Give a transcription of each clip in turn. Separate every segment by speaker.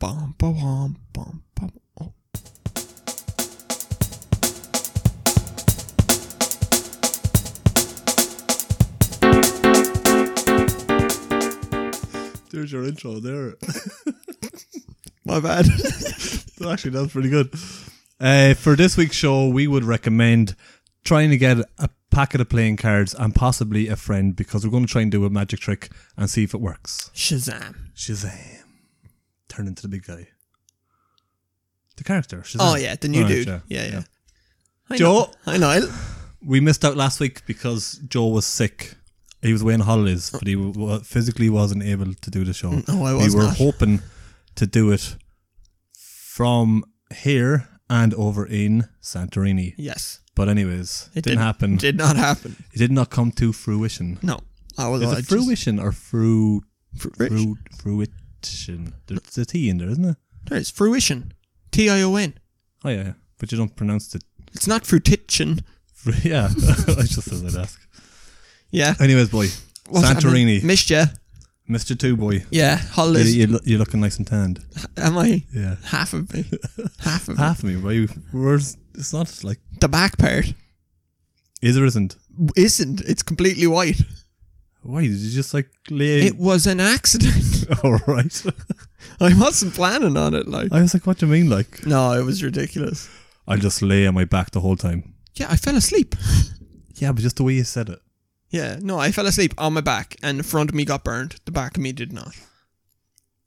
Speaker 1: bum, bum, bum, oh. bum.
Speaker 2: There's your intro there.
Speaker 1: My bad.
Speaker 2: Actually, that's pretty good. Uh, for this week's show, we would recommend trying to get a packet of playing cards and possibly a friend because we're going to try and do a magic trick and see if it works.
Speaker 1: Shazam.
Speaker 2: Shazam. Turn into the big guy. The character. Shazam.
Speaker 1: Oh, yeah, the new
Speaker 2: Alright,
Speaker 1: dude. Yeah, yeah. Hi,
Speaker 2: Joe.
Speaker 1: Ni- Hi, Niall.
Speaker 2: We missed out last week because Joe was sick. He was away on holidays, but he w- w- physically wasn't able to do the show.
Speaker 1: No, I was
Speaker 2: we were
Speaker 1: not.
Speaker 2: hoping to do it from here and over in Santorini.
Speaker 1: Yes.
Speaker 2: But anyways, it didn't, happen.
Speaker 1: Did not happen.
Speaker 2: It did not come to fruition.
Speaker 1: No. I was
Speaker 2: Is
Speaker 1: I
Speaker 2: it
Speaker 1: just-
Speaker 2: fruition or fru,
Speaker 1: Fruition.
Speaker 2: fru, fruition? There's a T in there, isn't it?
Speaker 1: There it is. Fruition. T I O N.
Speaker 2: Oh yeah, yeah. but you don't pronounce it.
Speaker 1: It's not fruition.
Speaker 2: Fru- yeah, I just thought I'd ask.
Speaker 1: Yeah.
Speaker 2: Anyways, boy,
Speaker 1: What's happening?
Speaker 2: Santorini,
Speaker 1: Missed ya.
Speaker 2: Mister Two Boy.
Speaker 1: Yeah.
Speaker 2: You,
Speaker 1: Holidays.
Speaker 2: you, lo- you're looking nice and tanned.
Speaker 1: Am I?
Speaker 2: Yeah,
Speaker 1: Half of me. Half of me.
Speaker 2: half of me. Why? you- Where's? It's not like
Speaker 1: The back part
Speaker 2: is or isn't.
Speaker 1: isn't. It's completely white.
Speaker 2: Why did you just like lay?
Speaker 1: It was an accident.
Speaker 2: All right.
Speaker 1: I wasn't planning on it. Like,
Speaker 2: I was like, what do you mean? Like,
Speaker 1: no, it was ridiculous.
Speaker 2: I just lay on my back the whole time.
Speaker 1: Yeah, I fell asleep.
Speaker 2: Yeah, but just the way you said it.
Speaker 1: Yeah, no, I fell asleep on my back, and the front of me got burned. The back of me did not.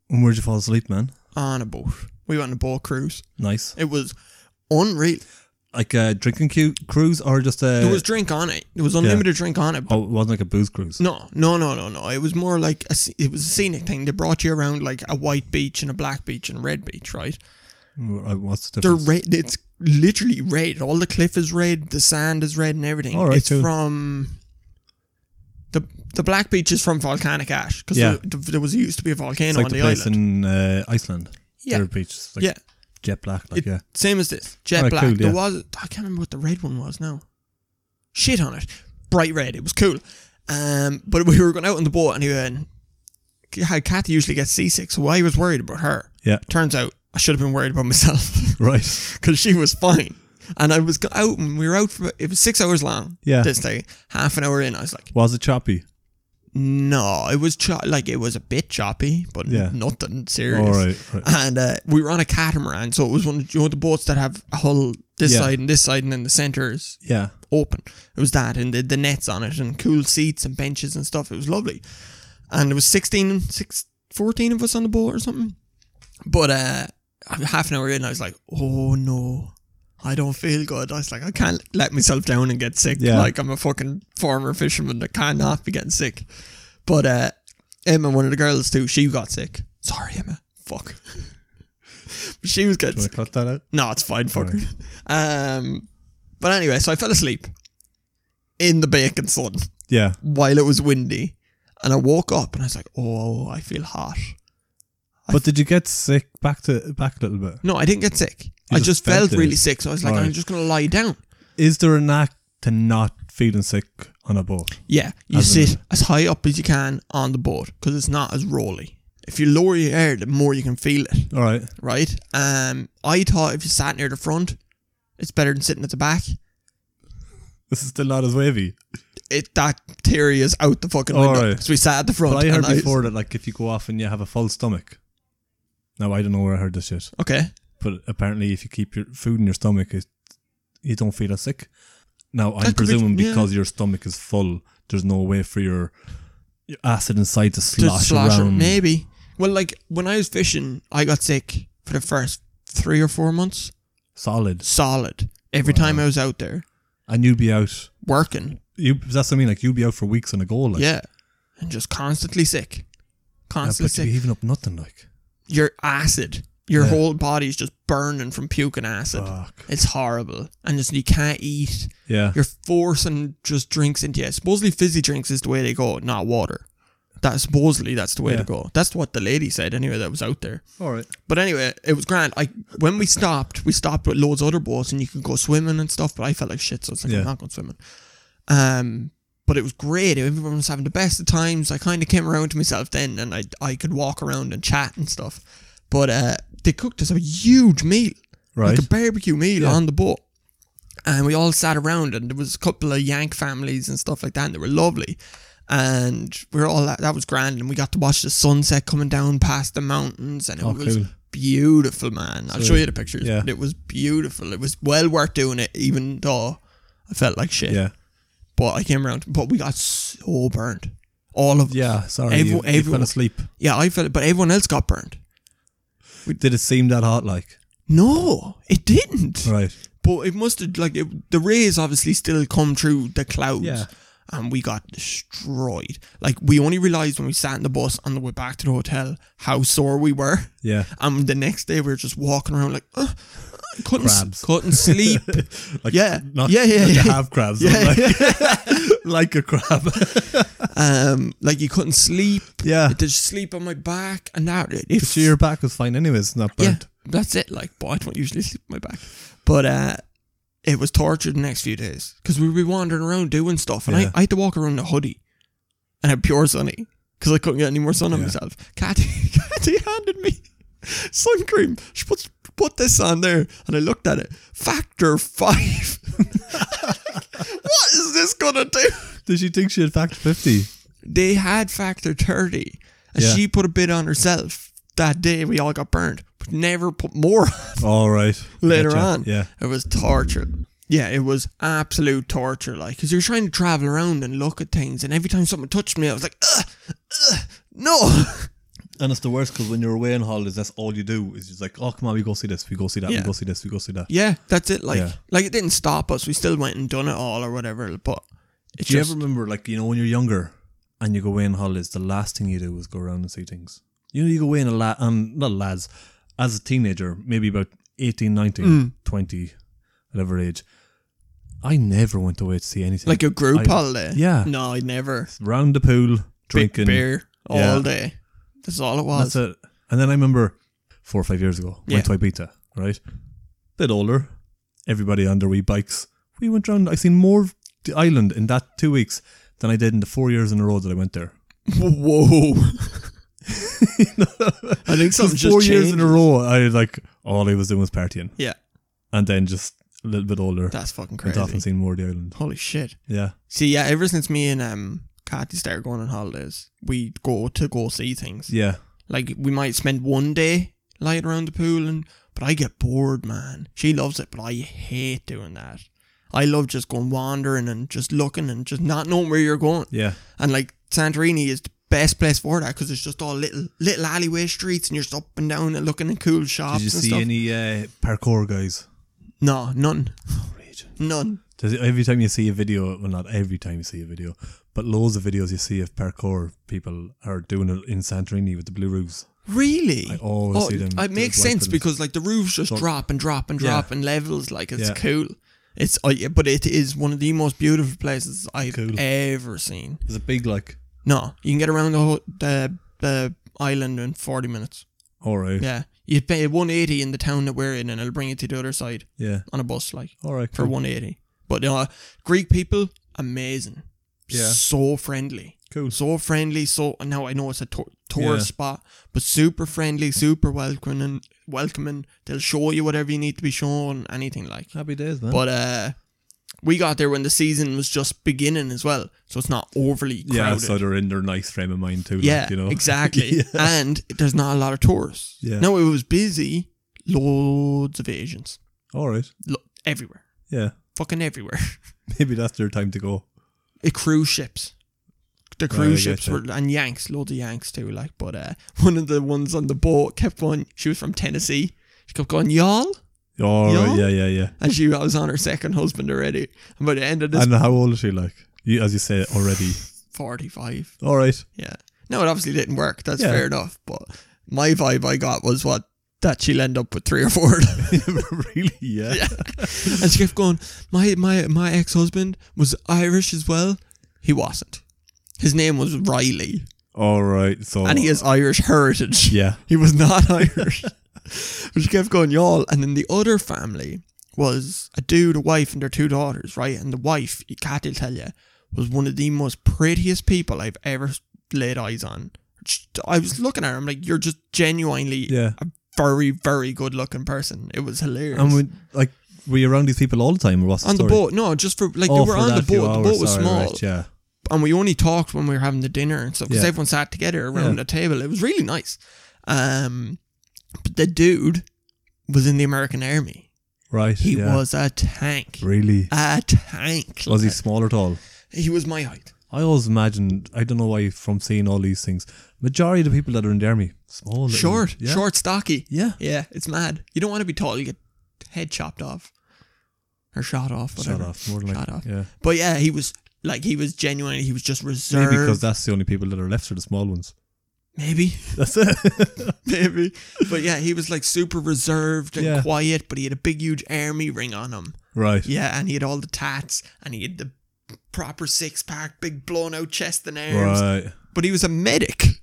Speaker 2: And where'd you fall asleep, man?
Speaker 1: On a boat, we went on a boat cruise.
Speaker 2: Nice.
Speaker 1: It was unreal.
Speaker 2: Like a drinking cu- cruise or just a.
Speaker 1: there was drink on it. There was unlimited drink on it. but-
Speaker 2: oh, it wasn't like a booze cruise.
Speaker 1: No, no, no, no, no. It was more like a, sce- it was a scenic thing. They brought you around like a white beach and a black beach and a red beach, right?
Speaker 2: Right, uh, What's the
Speaker 1: They're
Speaker 2: difference?
Speaker 1: red. It's literally red. All the cliff is red. The sand is red and everything.
Speaker 2: All right,
Speaker 1: it's
Speaker 2: cool.
Speaker 1: from the the black beach is from volcanic ash because
Speaker 2: Yeah.
Speaker 1: there, there was used to be a volcano
Speaker 2: it's like
Speaker 1: on
Speaker 2: the,
Speaker 1: the,
Speaker 2: place
Speaker 1: island.
Speaker 2: in uh, Iceland.
Speaker 1: Yeah.
Speaker 2: Their beach. It's like
Speaker 1: yeah,
Speaker 2: Jet black. Like,
Speaker 1: It-
Speaker 2: yeah.
Speaker 1: same as this jet
Speaker 2: Alright,
Speaker 1: black.
Speaker 2: Oh, cool,
Speaker 1: There
Speaker 2: yeah.
Speaker 1: was I can't remember what the red one was now. Shit on it, bright red. It was cool. Um, but we were going out on the boat and he went. How Kathy usually gets seasick, so I was worried about her.
Speaker 2: Yeah.
Speaker 1: Turns out I should have been worried about myself.
Speaker 2: Right.
Speaker 1: because she was fine. And I was go- out, and we were out for it was six hours long.
Speaker 2: Yeah.
Speaker 1: this day, half an hour in, I was like,
Speaker 2: Was it choppy?
Speaker 1: no, it was cho- like it was a bit choppy, but
Speaker 2: Yeah.
Speaker 1: nothing serious.
Speaker 2: All right. right.
Speaker 1: And uh, we were on a catamaran, so it was one of you know, the boats that have a hull this
Speaker 2: Yeah.
Speaker 1: side and this side, and then the center is
Speaker 2: Yeah.
Speaker 1: open. It was that, and the, the nets on it, and cool seats and benches and stuff. It was lovely. And there was 16, six, 14 of us on the boat or something. But uh, half an hour in, I was like, oh no, I don't feel good. I was like, I can't let myself down and get sick.
Speaker 2: Yeah.
Speaker 1: Like, I'm a fucking former fisherman that cannot be getting sick. But uh, Emma, one of the girls too, she got sick. Sorry, Emma. Fuck. But she was getting
Speaker 2: Do I
Speaker 1: sick.
Speaker 2: cut that out?
Speaker 1: No, it's fine, fucker. Um, but anyway, so I fell asleep in the bacon sun
Speaker 2: Yeah.
Speaker 1: while it was windy, and I woke up and I was like, "Oh, I feel hot."
Speaker 2: But did you get sick back to back a little bit?
Speaker 1: No, I didn't get sick. I
Speaker 2: just
Speaker 1: just felt
Speaker 2: felt it.
Speaker 1: really sick, so I was like,
Speaker 2: Right.
Speaker 1: "I'm just gonna lie down."
Speaker 2: Is there an act to not feeling sick on a boat?
Speaker 1: Yeah, you
Speaker 2: As in-
Speaker 1: sit as high up as you can on the boat because it's not as rolly. If you lower your air, the more you can feel it,
Speaker 2: All right.
Speaker 1: right? Um, I thought if you sat near the front, it's better than sitting at the back.
Speaker 2: This is still not as wavy.
Speaker 1: It that theory is out the fucking
Speaker 2: All
Speaker 1: window.
Speaker 2: right.
Speaker 1: So we sat at the front.
Speaker 2: But Oh, I heard
Speaker 1: and
Speaker 2: before that like if you go off and you have a full stomach. Now I don't know where I heard this shit,
Speaker 1: Okay.
Speaker 2: but apparently if you keep your food in your stomach, it, you don't feel as sick. Now I'm
Speaker 1: That could be-
Speaker 2: presuming
Speaker 1: yeah.
Speaker 2: because your stomach is full, there's no way for your, your acid inside to slosh,
Speaker 1: to slosh
Speaker 2: around.
Speaker 1: Maybe. Well, like when I was fishing, I got sick for the first three or four months,
Speaker 2: Solid,
Speaker 1: solid. Every time I was out there
Speaker 2: and you'd be out.
Speaker 1: working,
Speaker 2: You that's what I mean. Like you'd be out for weeks on a go. Like
Speaker 1: yeah, and just constantly sick,
Speaker 2: Yeah,
Speaker 1: constantly
Speaker 2: but you'd be
Speaker 1: sick.
Speaker 2: heaving up nothing. Like
Speaker 1: You're acid. Your
Speaker 2: Yeah.
Speaker 1: whole body's just burning from puking acid.
Speaker 2: fuck.
Speaker 1: It's horrible, and just you can't eat.
Speaker 2: Yeah,
Speaker 1: You're forcing just drinks into you. Supposedly fizzy drinks is the way they go, not water. That supposedly that's the way to
Speaker 2: Yeah.
Speaker 1: go. That's what the lady said anyway. That was out there.
Speaker 2: all right.
Speaker 1: But anyway, it was grand. I when we stopped, we stopped with loads of other boats, and you could go swimming and stuff. But I felt like shit, so it's like
Speaker 2: Yeah.
Speaker 1: I'm not going swimming. Um, but it was great. Everyone was having the best of times. I kind of came around to myself then, and I I could walk around and chat and stuff. But uh, they cooked us a huge meal,
Speaker 2: Right.
Speaker 1: like a barbecue meal
Speaker 2: Yeah.
Speaker 1: on the boat. And we all sat around, and there was a couple of Yank families and stuff like that, and they were lovely. And we were all that, that was grand, and we got to watch the sunset coming down past the mountains, and it
Speaker 2: Oh,
Speaker 1: was
Speaker 2: cool.
Speaker 1: beautiful, man. I'll
Speaker 2: So-
Speaker 1: show you the pictures.
Speaker 2: yeah.
Speaker 1: but it was beautiful. It was well worth doing it, even though I felt like shit.
Speaker 2: yeah.
Speaker 1: But I came around, but we got so burnt, all of us.
Speaker 2: Yeah. Sorry.
Speaker 1: Every-
Speaker 2: you, you
Speaker 1: everyone-
Speaker 2: fell asleep.
Speaker 1: Yeah, I felt it, but everyone else got burnt.
Speaker 2: Did it seem that hot? Like,
Speaker 1: No, it didn't.
Speaker 2: right.
Speaker 1: But it must have like it, the rays obviously still come through the clouds,
Speaker 2: Yeah.
Speaker 1: and we got destroyed. Like we only realized when we sat in the bus on the way back to the hotel how sore we were,
Speaker 2: Yeah.
Speaker 1: and the next day we were just walking around like uh, uh, couldn't s-
Speaker 2: Crabs.
Speaker 1: couldn't sleep.
Speaker 2: Like,
Speaker 1: Yeah.
Speaker 2: Not,
Speaker 1: Yeah, yeah,
Speaker 2: like
Speaker 1: yeah.
Speaker 2: to have crabs.
Speaker 1: Yeah.
Speaker 2: Like, like a crab.
Speaker 1: um, like you couldn't sleep.
Speaker 2: yeah.
Speaker 1: I did sleep on my back, and that if
Speaker 2: So your back was fine, anyways. Not
Speaker 1: yeah,
Speaker 2: burnt.
Speaker 1: that's it. Like, but I don't usually sleep on my back. But uh, it was torture the next few days because we'd be wandering around doing stuff, and
Speaker 2: Yeah.
Speaker 1: I, I had to walk around in a hoodie and had pure sunny because I couldn't get any more sun on
Speaker 2: Yeah.
Speaker 1: myself. Kathy, Kathy handed me sun cream. She put put this on there, and I looked at it. Factor five. what is this gonna do?
Speaker 2: Did she think she had factor fifty?
Speaker 1: They had factor thirty, and
Speaker 2: Yeah.
Speaker 1: she put a bit on herself that day. We all got burned, but never put more. on
Speaker 2: All right.
Speaker 1: later
Speaker 2: Gotcha.
Speaker 1: on.
Speaker 2: Yeah.
Speaker 1: It was torture. Yeah, it was absolute torture. Like, because you're trying to travel around and look at things, and every time something touched me, I was like, ugh, ugh, no.
Speaker 2: And it's the worst because when you're away on holidays, that's all you do is just like, oh, come on, we go see this, we go see that,
Speaker 1: Yeah.
Speaker 2: we go see this, we go see that.
Speaker 1: Yeah, that's it. Like,
Speaker 2: Yeah.
Speaker 1: like it didn't stop us. We still went and done it all or whatever. But it's
Speaker 2: Do you
Speaker 1: just,
Speaker 2: ever remember, like, you know, when you're younger and you go away on holidays, the last thing you do is go around and see things. You know, you go away in a la- um, not lads, as a teenager, maybe about 18, 19,
Speaker 1: Mm.
Speaker 2: 20, whatever age. I never went away to see anything.
Speaker 1: like a group
Speaker 2: I-
Speaker 1: holiday.
Speaker 2: yeah.
Speaker 1: No, I never.
Speaker 2: round the pool,
Speaker 1: Big
Speaker 2: drinking.
Speaker 1: beer all
Speaker 2: Yeah.
Speaker 1: day. That's all it was.
Speaker 2: That's it. And then I remember four or five years ago,
Speaker 1: Yeah.
Speaker 2: went to Ibiza, right? Bit older, everybody on their wee bikes. We went round. I seen more of the island in that two weeks than I did in the four years in a row that I went there.
Speaker 1: Whoa. I think something just
Speaker 2: four years in
Speaker 1: changed.
Speaker 2: a row, I was like all I was doing was partying,
Speaker 1: Yeah,
Speaker 2: and then just a little bit older,
Speaker 1: that's fucking
Speaker 2: went off and
Speaker 1: crazy.
Speaker 2: seen more of the island.
Speaker 1: Holy shit.
Speaker 2: Yeah,
Speaker 1: See, yeah, ever since me and um Kathy started going on holidays, we go to go see things.
Speaker 2: yeah,
Speaker 1: Like we might spend one day lying around the pool, and but I get bored, man. She loves it, but I hate doing that. I love just going wandering and just looking and just not knowing where you're going.
Speaker 2: yeah,
Speaker 1: And like Santorini is the best place for that because it's just all little little alleyway streets, and you're just up and down and looking at cool shops
Speaker 2: Did you
Speaker 1: and
Speaker 2: see
Speaker 1: stuff.
Speaker 2: any uh, parkour guys?
Speaker 1: no, none, none.
Speaker 2: Does it- every time you see a video, well, not every time you see a video, but loads of videos you see of parkour people are doing it in Santorini with the blue roofs.
Speaker 1: Really?
Speaker 2: I always see them
Speaker 1: Oh, It makes
Speaker 2: like
Speaker 1: sense
Speaker 2: them.
Speaker 1: because like the roofs just drop and drop and
Speaker 2: Yeah.
Speaker 1: drop and levels like it's
Speaker 2: Yeah.
Speaker 1: cool. It's I yeah, but it is one of the most beautiful places I've
Speaker 2: Cool.
Speaker 1: ever seen.
Speaker 2: Is it big like?
Speaker 1: No, you can get around the whole, the the island in forty minutes.
Speaker 2: All right. Yeah.
Speaker 1: Yeah, you pay one eighty in the town that we're in, and it'll bring you to the other side on a bus, like
Speaker 2: All right.
Speaker 1: for
Speaker 2: Cool.
Speaker 1: one eighty. But uh, Greek people, amazing.
Speaker 2: Yeah.
Speaker 1: so friendly
Speaker 2: cool.
Speaker 1: so friendly. So and now I know it's a tour, tourist
Speaker 2: Yeah.
Speaker 1: spot, but super friendly, super welcoming. Welcoming. They'll show you whatever you need to be shown, anything like.
Speaker 2: Happy days, man.
Speaker 1: But uh, we got there when the season was just beginning as well, so it's not overly crowded.
Speaker 2: yeah, so they're in their nice frame of mind too.
Speaker 1: Yeah,
Speaker 2: like, you know
Speaker 1: exactly.
Speaker 2: Yeah.
Speaker 1: And there's not a lot of tourists.
Speaker 2: Yeah.
Speaker 1: No, it was busy. Loads of Asians,
Speaker 2: All right.
Speaker 1: Lo- everywhere,
Speaker 2: Yeah.
Speaker 1: fucking everywhere.
Speaker 2: Maybe that's their time to go.
Speaker 1: Uh, cruise ships. The
Speaker 2: I
Speaker 1: cruise
Speaker 2: get
Speaker 1: ships were and Yanks, loads of Yanks too. Like, but uh, one of the ones on the boat kept going. She was from Tennessee. She kept going, y'all,
Speaker 2: All right. Yeah.
Speaker 1: Yeah.
Speaker 2: Yeah. Yeah.
Speaker 1: and she was on her second husband already. And by the end of this,
Speaker 2: And how old is she? Like you, as you say already.
Speaker 1: forty-five.
Speaker 2: All right.
Speaker 1: Yeah. No, it obviously didn't work. That's
Speaker 2: Yeah.
Speaker 1: fair enough. But my vibe I got was what that she'll end up with three or four. of them.
Speaker 2: really? Yeah.
Speaker 1: yeah. And she kept going. My my my ex-husband was Irish as well. He wasn't. His name was Riley,
Speaker 2: All right. So.
Speaker 1: and he has Irish heritage.
Speaker 2: yeah.
Speaker 1: He was not Irish. but she kept going, y'all. And then the other family was a dude, a wife, and their two daughters, right? And the wife, Cathy will tell you, was one of the most prettiest people I've ever laid eyes on. She- I was looking at her, I'm like, you're just genuinely
Speaker 2: Yeah.
Speaker 1: a very, very good looking person. It was hilarious.
Speaker 2: And we like were you around these people all the time, or what's the
Speaker 1: on the
Speaker 2: story?
Speaker 1: boat, no, just for like
Speaker 2: Oh,
Speaker 1: we were
Speaker 2: for
Speaker 1: on the
Speaker 2: that few
Speaker 1: boat. The
Speaker 2: hours,
Speaker 1: boat was
Speaker 2: sorry,
Speaker 1: small,
Speaker 2: right, yeah,
Speaker 1: and we only talked when we were having the dinner and stuff because
Speaker 2: Yeah.
Speaker 1: everyone sat together around
Speaker 2: Yeah.
Speaker 1: the table. It was really nice. Um, but the dude was in the American Army.
Speaker 2: right.
Speaker 1: He
Speaker 2: yeah.
Speaker 1: was a tank,
Speaker 2: really.
Speaker 1: a tank.
Speaker 2: Was he small at all?
Speaker 1: He was my height.
Speaker 2: I always imagined. I don't know why from seeing all these things. Majority of the people that are in the army small, little-
Speaker 1: Short,
Speaker 2: yeah.
Speaker 1: short, stocky.
Speaker 2: Yeah.
Speaker 1: Yeah, it's mad. You don't want to be tall. You get head chopped off or shot off.
Speaker 2: Shut
Speaker 1: Whatever.
Speaker 2: off, more than
Speaker 1: Shut
Speaker 2: like,
Speaker 1: off.
Speaker 2: yeah.
Speaker 1: But yeah, he was like he was genuinely. He was just
Speaker 2: Maybe
Speaker 1: reserved.
Speaker 2: because that's the only people that are left are the small ones.
Speaker 1: maybe,
Speaker 2: That's it.
Speaker 1: maybe. But yeah, he was like super reserved and
Speaker 2: Yeah.
Speaker 1: quiet. But he had a big, huge army ring on him.
Speaker 2: right.
Speaker 1: Yeah, and he had all the tats, and he had the proper six pack, big blown out chest and arms.
Speaker 2: Right.
Speaker 1: But he was a medic.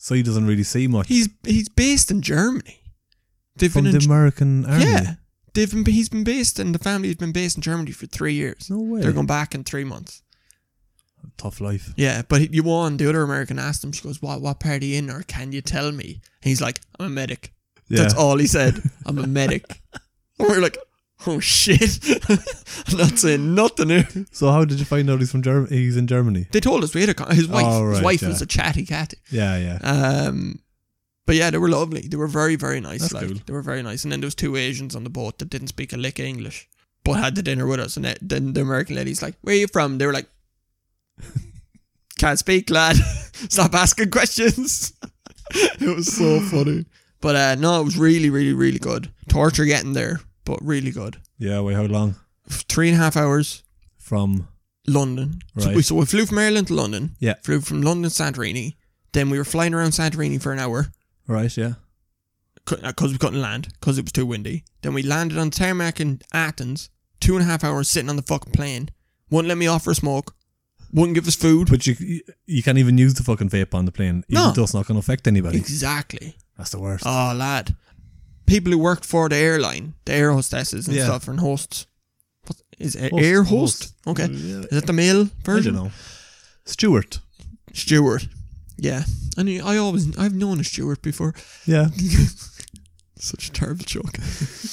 Speaker 2: So he doesn't really see much
Speaker 1: He's he's based in Germany. They've
Speaker 2: from
Speaker 1: been
Speaker 2: the
Speaker 1: in, Ge-
Speaker 2: American army.
Speaker 1: yeah. They've been, he's been based, and the family has been based in Germany for three years.
Speaker 2: No way.
Speaker 1: They're going back in three months.
Speaker 2: Tough life.
Speaker 1: Yeah, but he- you won. The other American asked him, she goes, What what part are you in or can you tell me? And he's like, I'm a medic. That's all he said. I'm a medic. And we are like, Oh shit. I'm not saying nothing here.
Speaker 2: So how did you find out he's from Germany? He's in Germany.
Speaker 1: They told us we had a con- his wife.
Speaker 2: Oh,
Speaker 1: his
Speaker 2: right,
Speaker 1: wife
Speaker 2: yeah.
Speaker 1: was a chatty cat.
Speaker 2: Yeah, yeah.
Speaker 1: Um but yeah, they were lovely. They were very, very nice.
Speaker 2: That's
Speaker 1: like,
Speaker 2: cool.
Speaker 1: They were very nice. And then there was two Asians on the boat that didn't speak a lick of English, but had the dinner with us. And that- then the American lady's like, "Where are you from?" They were like, "Can't speak, lad. Stop asking questions." it was so funny. But uh, no, it was really, really, really good. Torture getting there, but really good.
Speaker 2: Yeah, wait, how long?
Speaker 1: Three and a half hours.
Speaker 2: From
Speaker 1: London. So,
Speaker 2: Right.
Speaker 1: we, so we flew from Ireland to London.
Speaker 2: Yeah.
Speaker 1: Flew from London to Santorini. Then we were flying around Santorini for an hour
Speaker 2: right, yeah.
Speaker 1: because uh, we couldn't land because it was too windy. Then we landed on tarmac in Athens. Two and a half hours sitting on the fucking plane. Wouldn't let me off for a smoke. Wouldn't give us food.
Speaker 2: But you you can't even use the fucking vape on the plane. Even
Speaker 1: No.
Speaker 2: though it's not going to affect anybody.
Speaker 1: Exactly.
Speaker 2: That's the worst.
Speaker 1: Oh, lad. People who worked for the airline, the air hostesses and
Speaker 2: Yeah.
Speaker 1: stuff, and hosts. What is it?
Speaker 2: Host-
Speaker 1: air host?
Speaker 2: host.
Speaker 1: Okay.
Speaker 2: Yeah.
Speaker 1: Is that the male
Speaker 2: I
Speaker 1: version?
Speaker 2: don't know. Stewart.
Speaker 1: Stewart. Yeah. I mean, I always, I've known a Stewart before.
Speaker 2: Yeah.
Speaker 1: Such a terrible joke.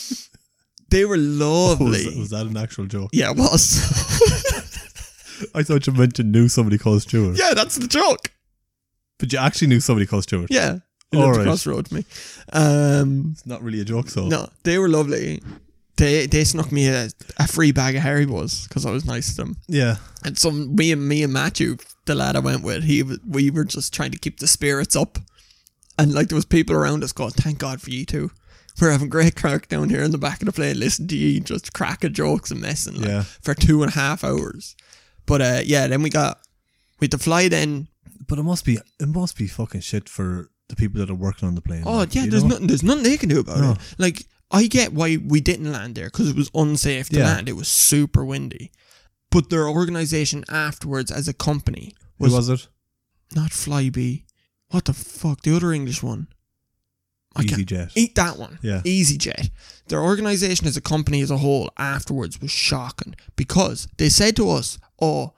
Speaker 1: they were
Speaker 2: Was,
Speaker 1: lovely.
Speaker 2: was that an actual joke?
Speaker 1: yeah, it was.
Speaker 2: I thought you meant you knew somebody called Stewart.
Speaker 1: yeah, that's the joke.
Speaker 2: But you actually knew somebody called Stewart.
Speaker 1: Yeah. It
Speaker 2: All
Speaker 1: lived
Speaker 2: right.
Speaker 1: across the road to me. Um,
Speaker 2: It's not really a joke, so.
Speaker 1: no, they were lovely. They they snuck me a, a free bag of Haribo's because I was nice to them.
Speaker 2: Yeah.
Speaker 1: And some me and me and Matthew, the lad I went with, he w- we were just trying to keep the spirits up, and like there was people around us going, "Thank God for you two. We're having great crack down here in the back of the plane, listening to you just cracking jokes and messing like,
Speaker 2: Yeah.
Speaker 1: for two and a half hours." But uh, yeah, then we got we had to fly then.
Speaker 2: But it must be it must be fucking shit for the people that are working on the plane.
Speaker 1: Oh
Speaker 2: like,
Speaker 1: yeah,
Speaker 2: you
Speaker 1: there's
Speaker 2: know?
Speaker 1: nothing there's nothing they can do about
Speaker 2: No.
Speaker 1: it. Like I get why we didn't land there because it was unsafe to
Speaker 2: Yeah.
Speaker 1: land. It was super windy. But their organization afterwards as a company
Speaker 2: Who
Speaker 1: was
Speaker 2: was it?
Speaker 1: Not Flybe. What the fuck? The other English one. I can't- E-
Speaker 2: EasyJet.
Speaker 1: Eat that one.
Speaker 2: Yeah.
Speaker 1: EasyJet. Their organization as a company as a whole afterwards was shocking because they said to us, oh,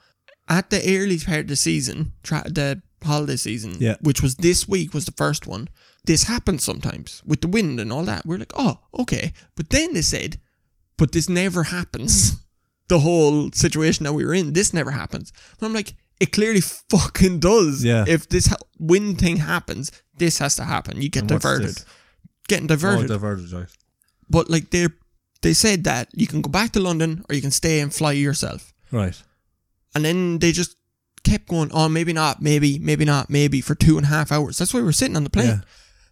Speaker 1: at the early part of the season, tra- the holiday season,
Speaker 2: Yeah.
Speaker 1: which was this week, was the first one, this happens sometimes with the wind and all that. We're like, oh, okay. But then they said, but this never
Speaker 2: Mm.
Speaker 1: happens. The whole situation that we were in, this never happens. And I'm like, it clearly fucking does.
Speaker 2: Yeah.
Speaker 1: If this ha- wind thing happens, this has to happen. You get
Speaker 2: And what's
Speaker 1: diverted
Speaker 2: this?
Speaker 1: getting diverted.
Speaker 2: Oh, diverted, right.
Speaker 1: but like they they said that you can go back to London or you can stay and fly yourself.
Speaker 2: Right.
Speaker 1: And then they just kept going, oh maybe not, maybe, maybe not, maybe for two and a half hours. That's why we were sitting on the plane.
Speaker 2: Yeah.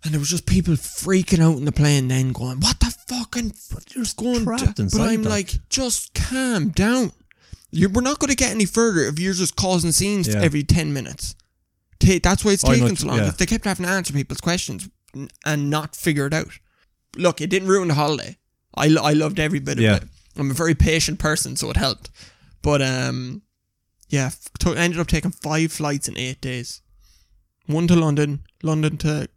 Speaker 1: And there was just people freaking out in the plane then going, What the fucking but you're going
Speaker 2: trapped
Speaker 1: to-" But
Speaker 2: inside
Speaker 1: I'm
Speaker 2: that.
Speaker 1: like, just calm down. You're, we're not going to get any further if you're just causing scenes
Speaker 2: Yeah. Oh,
Speaker 1: every 10 minutes. Ta- that's why it's
Speaker 2: I know
Speaker 1: taking
Speaker 2: what
Speaker 1: so
Speaker 2: you-
Speaker 1: long.
Speaker 2: yeah.
Speaker 1: If they kept having to answer people's questions n- and not figure it out. Look, it didn't ruin the holiday. I, lo- I loved every bit of
Speaker 2: Yeah.
Speaker 1: it. I'm a very patient person, so it helped. But um, yeah, f- took- ended up taking five flights in eight days. One to London, London to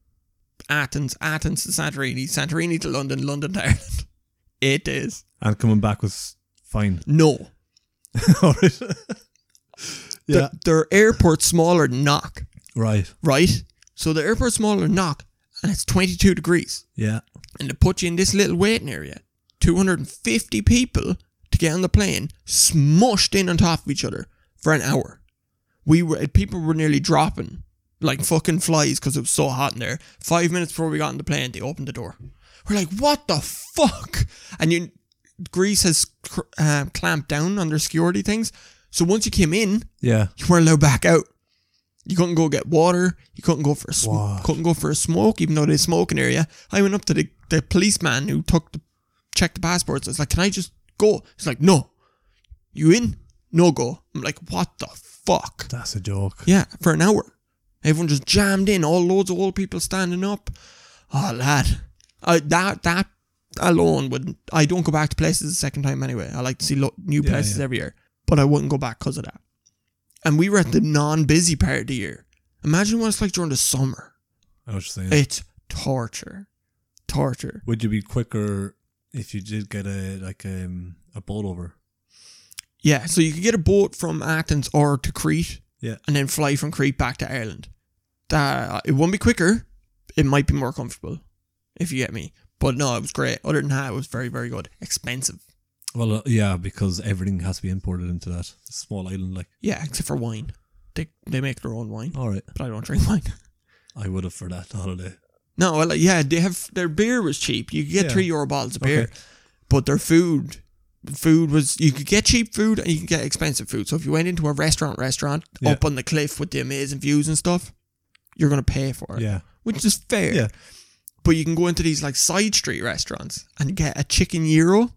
Speaker 1: Athens, Athens to Santorini, Santorini to London, London to Ireland. Eight days.
Speaker 2: And coming back was fine.
Speaker 1: No.
Speaker 2: All right.
Speaker 1: The-
Speaker 2: yeah.
Speaker 1: their airport's smaller than Knock,
Speaker 2: right.
Speaker 1: right? So the airport's smaller than Knock, and it's 22 degrees.
Speaker 2: Yeah.
Speaker 1: And to put you in this little waiting area, 250 people to get on the plane, smushed in on top of each other for an hour. We were people were nearly dropping like fucking flies because it was so hot in there. Five minutes before we got on the plane, they opened the door. We're like, what the fuck? And you, Greece has cr- uh, clamped down on their security things. So once you came in,
Speaker 2: Yeah.
Speaker 1: you weren't allowed back out. You couldn't go get water. You couldn't go for a sm-
Speaker 2: What?
Speaker 1: couldn't go for a smoke, even though they smoking area. I went up to the, the policeman who took the checked the passports. I was like, "Can I just go?" He's like, "No, you in? No go." I'm like, "What the fuck?"
Speaker 2: That's a joke.
Speaker 1: Yeah, for an hour, everyone just jammed in. All loads of old people standing up. Oh lad, I, that that alone would I don't go back to places the second time anyway. I like to see lo- new
Speaker 2: Yeah,
Speaker 1: places
Speaker 2: yeah.
Speaker 1: every year, but I wouldn't go back because of that. And we were at the non-busy part of the year. Imagine what it's like during the summer.
Speaker 2: I was just saying.
Speaker 1: It's torture, torture.
Speaker 2: Would you be quicker if you did get a like um, a boat over?
Speaker 1: Yeah, so you could get a boat from Athens or to Crete,
Speaker 2: Yeah.
Speaker 1: and then fly from Crete back to Ireland. That it won't be quicker. It might be more comfortable, if you get me. But no, it was great. Other than that, it was very, very good. Expensive.
Speaker 2: Well, uh, yeah, because everything has to be imported into that small island. Like,
Speaker 1: Yeah, except for wine. They they make their own wine,
Speaker 2: all right,
Speaker 1: but I don't drink wine.
Speaker 2: I would have for that holiday.
Speaker 1: No, well, like, yeah, they have their beer was cheap. You could get
Speaker 2: Yeah.
Speaker 1: three euro bottles of beer,
Speaker 2: Okay.
Speaker 1: but their food, food was you could get cheap food and you could get expensive food. So if you went into a restaurant, restaurant
Speaker 2: Yeah.
Speaker 1: up on the cliff with the amazing views and stuff, you're gonna pay for it,
Speaker 2: Yeah,
Speaker 1: which is fair.
Speaker 2: Yeah.
Speaker 1: But you can go into these like side street restaurants and get a chicken gyro,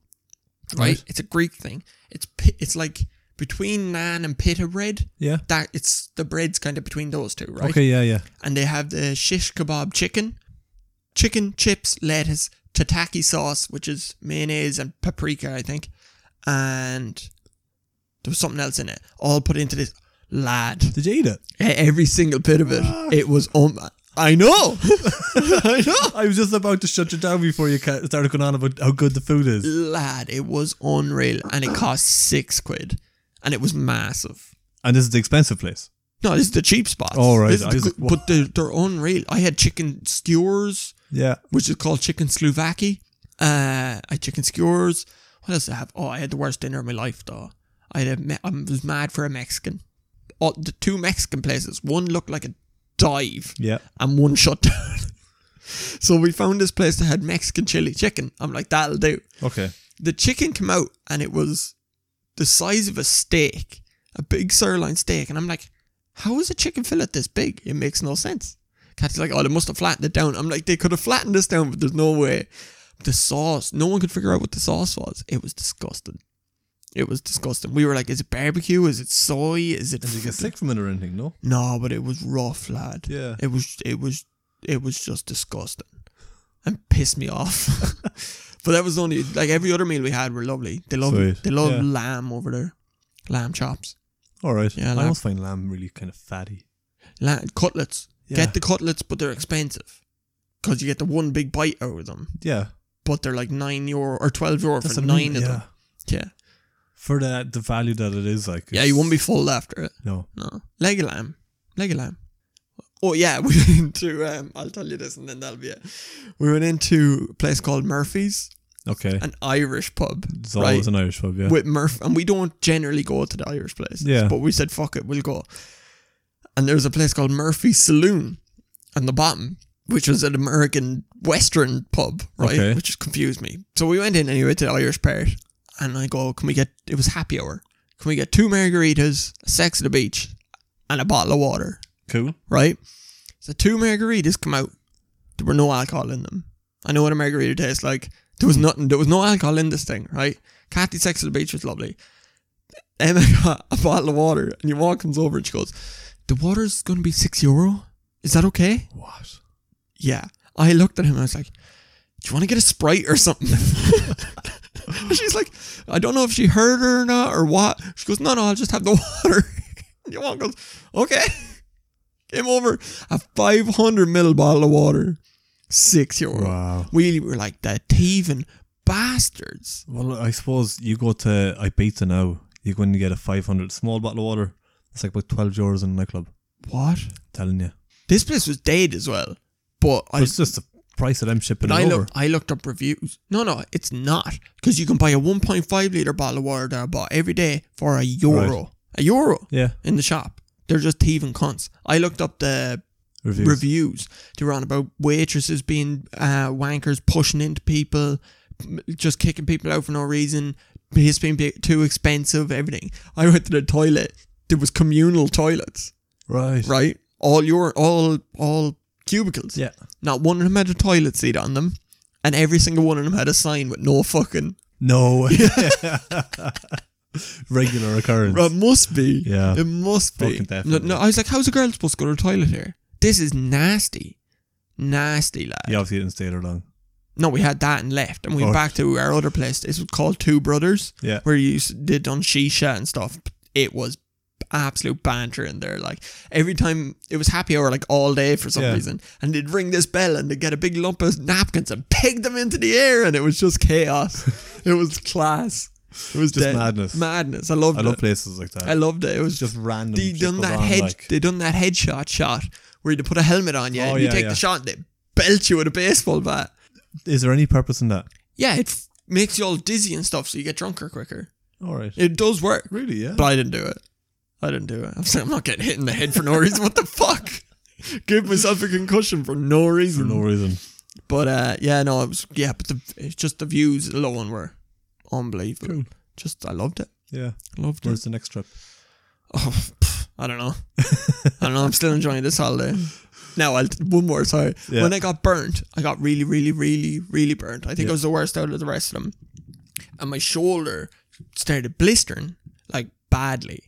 Speaker 1: right?
Speaker 2: Right.
Speaker 1: It's a Greek thing. It's pi- it's like between naan and pita bread.
Speaker 2: yeah.
Speaker 1: That it's the bread's kind of between those two, right?
Speaker 2: Okay, yeah, yeah.
Speaker 1: and they have the shish kebab chicken, chicken chips, lettuce, tataki sauce, which is mayonnaise and paprika, I think, and there was something else in it, all put into this lad.
Speaker 2: Did you eat it?
Speaker 1: e- Every single bit of it, it was um. I know, I know,
Speaker 2: I was just about to shut you down before you ca- started going on about how good the food is.
Speaker 1: lad. It was unreal, and it cost six quid, and it was massive.
Speaker 2: And this is the expensive place.
Speaker 1: No, this is the cheap spots.
Speaker 2: All right,
Speaker 1: This is
Speaker 2: I
Speaker 1: the
Speaker 2: was
Speaker 1: good-
Speaker 2: like, what?
Speaker 1: but they're, they're unreal. I had chicken skewers.
Speaker 2: Yeah.
Speaker 1: which is called chicken Slovaki. Uh, I had chicken skewers. What else did I have? Oh, I had the worst dinner of my life though. I had a me- I was mad for a Mexican. Oh, the two Mexican places. One looked like a dive,
Speaker 2: Yeah.
Speaker 1: and one shut down. so we found this place that had Mexican chili chicken. I'm like, that'll do.
Speaker 2: Okay.
Speaker 1: The chicken came out, and it was the size of a steak, a big sirloin steak, and I'm like, how is a chicken fillet this big? It makes no sense. Kat's like, oh, they must have flattened it down. I'm like, they could have flattened this down, but there's no way. The sauce, no one could figure out what the sauce was. It was disgusting. It was disgusting. We were like, is it barbecue? Is it soy? Is it?
Speaker 2: Did you get
Speaker 1: fucking-
Speaker 2: sick from it or anything? No.
Speaker 1: No, but it was rough, lad.
Speaker 2: Yeah.
Speaker 1: It was. It was. It was just disgusting, and pissed me off. but that was only like every other meal we had were lovely. They love.
Speaker 2: Sweet.
Speaker 1: They love
Speaker 2: Yeah.
Speaker 1: lamb over there, lamb chops,
Speaker 2: All right.
Speaker 1: Yeah,
Speaker 2: I
Speaker 1: lamb.
Speaker 2: always find lamb really kind of fatty.
Speaker 1: lamb, cutlets.
Speaker 2: Yeah.
Speaker 1: Get the cutlets, but they're expensive because you get the one big bite out of them.
Speaker 2: Yeah.
Speaker 1: But they're like nine euro or twelve euro
Speaker 2: That's
Speaker 1: for
Speaker 2: what I
Speaker 1: nine
Speaker 2: mean,
Speaker 1: of
Speaker 2: yeah.
Speaker 1: them. Yeah,
Speaker 2: For that, the value that it is, like.
Speaker 1: yeah. You
Speaker 2: it's-
Speaker 1: won't be full after it.
Speaker 2: No.
Speaker 1: No, leg of lamb, leg of lamb. Oh yeah, we went into. Um, I'll tell you this, and then that'll be it. We went into a place called Murphy's.
Speaker 2: Okay.
Speaker 1: an Irish pub,
Speaker 2: It's always
Speaker 1: right?
Speaker 2: an Irish pub, yeah.
Speaker 1: With Murph, and we don't generally go to the Irish places,
Speaker 2: Yeah.
Speaker 1: but we said fuck it, we'll go. And there's a place called Murphy's Saloon on the bottom, which was an American Western pub, right?
Speaker 2: Okay.
Speaker 1: Which just confused me. So we went in anyway to the Irish part, and I go, can we get? It was happy hour. Can we get two margaritas, a sex at the beach, and a bottle of water?
Speaker 2: Cool.
Speaker 1: right? So two margaritas come out. There were no alcohol in them. I know what a margarita tastes like. There was nothing. There was no alcohol in this thing, right? Kathy Sex at the Beach was lovely. Emma got a bottle of water, and your mom comes over and she goes, "The water's going to be six euro. Is that okay?"
Speaker 2: What?
Speaker 1: Yeah. I looked at him. I was like, "Do you want to get a sprite or something?" She's like, "I don't know if she heard her or not or what." She goes, "No, no, I'll just have the water." your mom goes, "Okay." Came over a 500 ml bottle of water, six euro.
Speaker 2: Wow.
Speaker 1: We were like the thieving bastards.
Speaker 2: Well, I suppose you go to Ibiza now, you're going to get a 500 small bottle of water. It's like about 12 euros in a nightclub.
Speaker 1: What?
Speaker 2: telling you.
Speaker 1: This place was dead as well. But I,
Speaker 2: It's just the price of them shipping
Speaker 1: but I
Speaker 2: it over.
Speaker 1: look, I looked up reviews. No, no, it's not because you can buy a 1.5 liter bottle of water that I bought every day for a euro, a euro
Speaker 2: yeah,
Speaker 1: in the shop. They're just thieving cunts. I looked up the
Speaker 2: reviews.
Speaker 1: reviews. They were on about waitresses being uh, wankers, pushing into people, m- just kicking people out for no reason, piss being bi- too expensive, everything. I went to the toilet. There was communal toilets,
Speaker 2: right.
Speaker 1: right? All your all all cubicles.
Speaker 2: Yeah.
Speaker 1: Not one of them had a toilet seat on them, and every single one of them had a sign with no fucking.
Speaker 2: No. Regular occurrence.
Speaker 1: It must be.
Speaker 2: Yeah.
Speaker 1: It must be.
Speaker 2: Fucking
Speaker 1: no,
Speaker 2: definitely.
Speaker 1: no, I was like, how's a girl supposed to go to the toilet here? This is nasty, nasty lad.
Speaker 2: He obviously didn't stay there long.
Speaker 1: No, we had that and left, and we
Speaker 2: Oh.
Speaker 1: went back to our other place. It was called Two Brothers,
Speaker 2: Yeah.
Speaker 1: where you s- did on shisha and stuff. It was absolute banter in there. Like every time it was happy hour, like all day for some
Speaker 2: Yeah.
Speaker 1: reason, and they'd ring this bell and they'd get a big lump of napkins and peg them into the air, and it was just chaos. it was class. It was
Speaker 2: Just
Speaker 1: dead.
Speaker 2: madness.
Speaker 1: Madness. I loved
Speaker 2: I
Speaker 1: it.
Speaker 2: love places like that.
Speaker 1: I loved it. It was
Speaker 2: just random.
Speaker 1: they
Speaker 2: shit
Speaker 1: done
Speaker 2: goes
Speaker 1: that
Speaker 2: on,
Speaker 1: head.
Speaker 2: like-
Speaker 1: They done that headshot shot where you put a helmet on you,
Speaker 2: Oh,
Speaker 1: and you
Speaker 2: yeah,
Speaker 1: take
Speaker 2: yeah.
Speaker 1: the shot, and they belt you with a baseball bat.
Speaker 2: is there any purpose in that?
Speaker 1: Yeah, it f- makes you all dizzy and stuff, so you get drunker quicker.
Speaker 2: All right.
Speaker 1: It does work,
Speaker 2: Really? Yeah.
Speaker 1: but I didn't do it. I didn't do it. I'm saying I'm not getting hit in the head for no reason. What the fuck? Give myself a concussion for no
Speaker 2: For
Speaker 1: reason.
Speaker 2: no reason.
Speaker 1: But uh, yeah, no, it was yeah, but the, it's just the views alone were unbelievable.
Speaker 2: Cool.
Speaker 1: Just I loved it.
Speaker 2: Yeah.
Speaker 1: Loved it.
Speaker 2: Where's the next trip?
Speaker 1: Oh, pff, I don't know. I don't know. I'm still enjoying this holiday. Now, I'll, one more. Sorry.
Speaker 2: Yeah.
Speaker 1: When I got burnt, I got really, really, really, really burnt. I think
Speaker 2: Yeah.
Speaker 1: I was the worst out of the rest of them. And my shoulder started blistering like badly.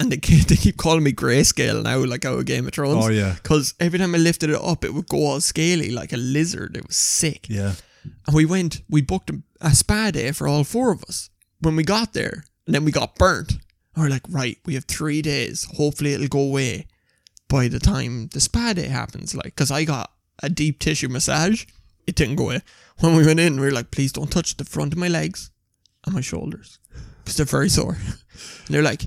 Speaker 1: And they keep, they keep calling me grayscale now, like out of Game of Thrones.
Speaker 2: Oh yeah.
Speaker 1: Because every time I lifted it up, it would go all scaly like a lizard. It was sick.
Speaker 2: Yeah.
Speaker 1: And we went, we booked a, a spa day for all four of us. When we got there, and then we got burnt. And we're like, right, we have three days. Hopefully it'll go away by the time the spa day happens. Like, because I got a deep tissue massage. It didn't go away. When we went in, we were like, please don't touch the front of my legs and my shoulders because they're very sore. and they're like,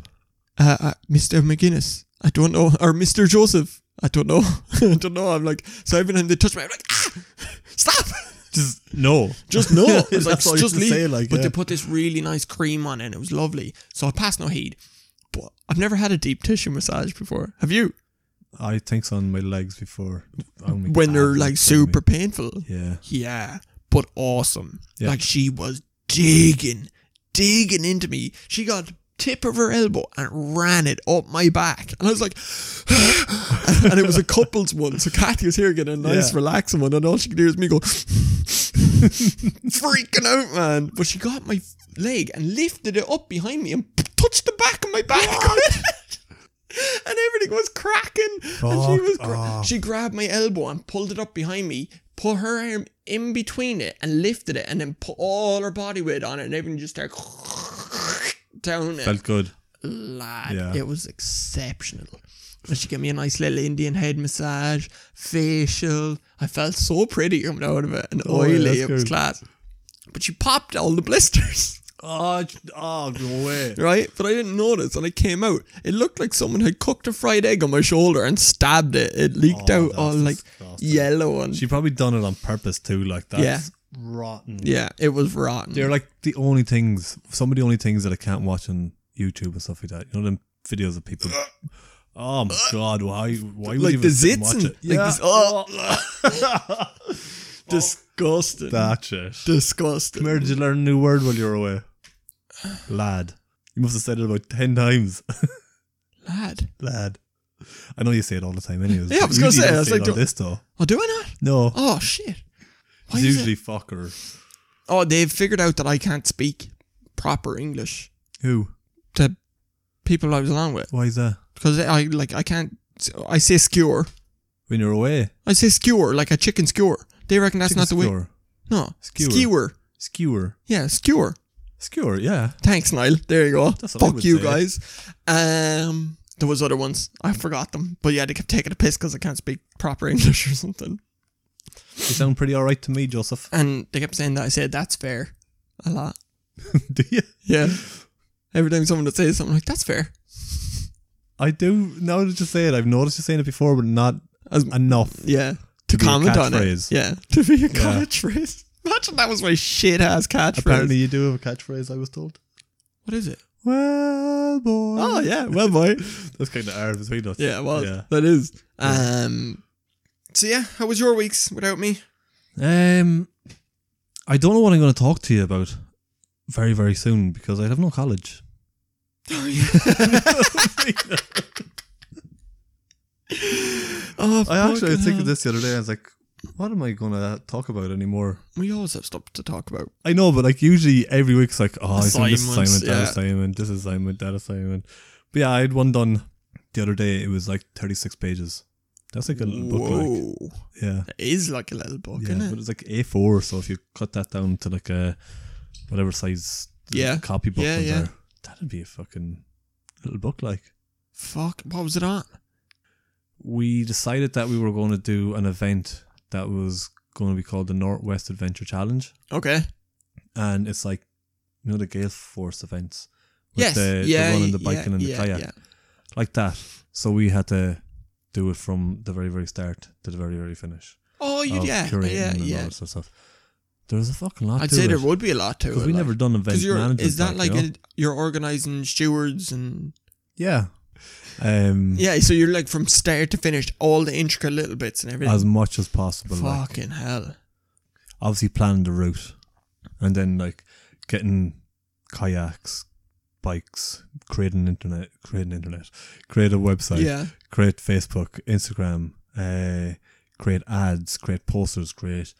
Speaker 1: uh, uh, Mr. McGuinness, I don't know, or Mr. Joseph, I don't know. I don't know. I'm like, so every time they touch me, I'm like, ah, stop.
Speaker 2: Just no.
Speaker 1: Just no. It was like,
Speaker 2: That's all you
Speaker 1: just
Speaker 2: have to
Speaker 1: leave.
Speaker 2: say, like,
Speaker 1: but
Speaker 2: yeah.
Speaker 1: they put this really nice cream on it and it was lovely. So I passed no heed. But I've never had a deep tissue massage before. Have you?
Speaker 2: I think so on my legs before. on my
Speaker 1: When they're
Speaker 2: calves, on my-
Speaker 1: like super painful.
Speaker 2: Yeah.
Speaker 1: Yeah. But awesome.
Speaker 2: Yeah.
Speaker 1: Like she was digging, digging into me. She got tip of her elbow and ran it up my back. And I was like and it was a couples one. So Kathy was here getting a nice
Speaker 2: Yeah.
Speaker 1: relaxing one and all she could hear is me go freaking out, man. But she got my leg and lifted it up behind me and touched the back of my back. and everything was cracking. and she was
Speaker 2: Fuck
Speaker 1: gra-
Speaker 2: off.
Speaker 1: she grabbed my elbow and pulled it up behind me, put her arm in between it and lifted it, and then put all her body weight on it, and everything just started down it.
Speaker 2: Felt good.
Speaker 1: Lad,
Speaker 2: Yeah.
Speaker 1: it was exceptional. And she gave me a nice little Indian head massage, facial. I felt so pretty coming out of it and
Speaker 2: Oh, yeah,
Speaker 1: oily.
Speaker 2: that's
Speaker 1: it was
Speaker 2: good.
Speaker 1: class. But she popped all the blisters.
Speaker 2: Oh, oh no way.
Speaker 1: right? But I didn't notice, and I came out. It looked like someone had cooked a fried egg on my shoulder and stabbed it. It leaked
Speaker 2: Oh,
Speaker 1: out all like
Speaker 2: that's disgusting.
Speaker 1: yellow and
Speaker 2: She probably done it on purpose too. Like that's
Speaker 1: Yeah.
Speaker 2: rotten.
Speaker 1: yeah, it was rotten.
Speaker 2: They're like the only things, some of the only things that I can't watch on YouTube and stuff like that. You know them videos of people. Oh my god! Why? Why would
Speaker 1: like
Speaker 2: you
Speaker 1: the
Speaker 2: even sit and uh,
Speaker 1: zits
Speaker 2: watch
Speaker 1: and
Speaker 2: it?
Speaker 1: like this. Oh, disgusting,
Speaker 2: that shit.
Speaker 1: disgusting.
Speaker 2: Where did you learn a new word while you were away, lad? You must have said it about ten times,
Speaker 1: Lad,
Speaker 2: lad. I know you say it all the time, anyways.
Speaker 1: Yeah, I was
Speaker 2: You
Speaker 1: gonna
Speaker 2: usually
Speaker 1: say, I
Speaker 2: don't
Speaker 1: was like,
Speaker 2: it on
Speaker 1: do-
Speaker 2: this though.
Speaker 1: oh, do I not?
Speaker 2: No,
Speaker 1: Oh shit! Why
Speaker 2: it's
Speaker 1: is it-
Speaker 2: usually fucker.
Speaker 1: Oh, they've figured out that I can't speak proper English
Speaker 2: Who?
Speaker 1: to people I was along with
Speaker 2: Why is that?
Speaker 1: because I like I can't. I say skewer.
Speaker 2: When you're away,
Speaker 1: I say skewer like a chicken skewer. They reckon that's
Speaker 2: Chicken
Speaker 1: not the way.
Speaker 2: skewer.
Speaker 1: No,
Speaker 2: Skewer.
Speaker 1: skewer.
Speaker 2: Skewer,
Speaker 1: Yeah, skewer.
Speaker 2: skewer. Yeah,
Speaker 1: Thanks, Niall. There you go.
Speaker 2: That's what I
Speaker 1: Fuck
Speaker 2: would
Speaker 1: you
Speaker 2: say.
Speaker 1: guys. Um, there was other ones. I forgot them. But yeah, they kept taking a piss because I can't speak proper English or something.
Speaker 2: you sound pretty all right to me, Joseph.
Speaker 1: And they kept saying that. I said, that's fair. A lot.
Speaker 2: Do you?
Speaker 1: Yeah. Every time someone would say something like, that's fair.
Speaker 2: I do. Now that you say it, I've noticed you saying it before, but not
Speaker 1: As-
Speaker 2: enough
Speaker 1: Yeah. to,
Speaker 2: be a
Speaker 1: comment on
Speaker 2: catchphrase.
Speaker 1: it. Yeah, to be a catchphrase. Imagine that was my shit ass catchphrase.
Speaker 2: Apparently, you do have a catchphrase. I was told.
Speaker 1: what is it?
Speaker 2: Well, boy.
Speaker 1: Oh yeah, well boy.
Speaker 2: that's kind of Irish, isn't it?
Speaker 1: Yeah, well
Speaker 2: Yeah.
Speaker 1: that is. Um. So yeah, how was your weeks without me?
Speaker 2: Um, I don't know what I'm going to talk to you about very, very soon because I have no college.
Speaker 1: Oh,
Speaker 2: I actually I
Speaker 1: fucking
Speaker 2: think of
Speaker 1: hell.
Speaker 2: this the other day. I was like, what am I going to talk about anymore?
Speaker 1: we always have stuff to talk about.
Speaker 2: I know, but like usually every week's like, oh, I think this
Speaker 1: Assignments,
Speaker 2: assignment, that
Speaker 1: yeah.
Speaker 2: assignment, this assignment, that assignment. But yeah, I had one done the other day. It was like 36 pages. That's like a little book. Like.
Speaker 1: Whoa,
Speaker 2: Yeah.
Speaker 1: that is like a little book,
Speaker 2: yeah,
Speaker 1: isn't
Speaker 2: but
Speaker 1: it?
Speaker 2: it's like A4. So if you cut that down to like a whatever size the
Speaker 1: Yeah.
Speaker 2: copy book
Speaker 1: Yeah,
Speaker 2: ones
Speaker 1: yeah.
Speaker 2: are, that'd be a fucking little book like.
Speaker 1: Fuck, what was it on?
Speaker 2: We decided that we were going to do an event that was going to be called the Northwest Adventure Challenge.
Speaker 1: Okay,
Speaker 2: And it's like, you know, the Gale Force events. with
Speaker 1: yes,
Speaker 2: the,
Speaker 1: yeah,
Speaker 2: the running, the
Speaker 1: yeah,
Speaker 2: biking, and the
Speaker 1: yeah,
Speaker 2: kayak.
Speaker 1: yeah.
Speaker 2: like that. So we had to do it from the very, very start to the very, very finish.
Speaker 1: Oh, you,
Speaker 2: of
Speaker 1: yeah,
Speaker 2: curating
Speaker 1: yeah,
Speaker 2: and all
Speaker 1: yeah.
Speaker 2: that sort of stuff. There's a fucking lot.
Speaker 1: I'd
Speaker 2: to
Speaker 1: say
Speaker 2: it.
Speaker 1: there would be a lot to it.
Speaker 2: because we
Speaker 1: like-
Speaker 2: never done event
Speaker 1: Because you're
Speaker 2: management.
Speaker 1: is that
Speaker 2: like,
Speaker 1: like
Speaker 2: you know?
Speaker 1: a, you're organizing stewards and
Speaker 2: yeah, um,
Speaker 1: yeah, so you're like from start to finish, all the intricate little bits and everything.
Speaker 2: as much as possible. Like,
Speaker 1: Fucking hell!
Speaker 2: obviously planning the route, and then like getting kayaks, bikes, creating internet, creating internet, create a website,
Speaker 1: Yeah,
Speaker 2: create Facebook, Instagram, uh, create ads, create posters, create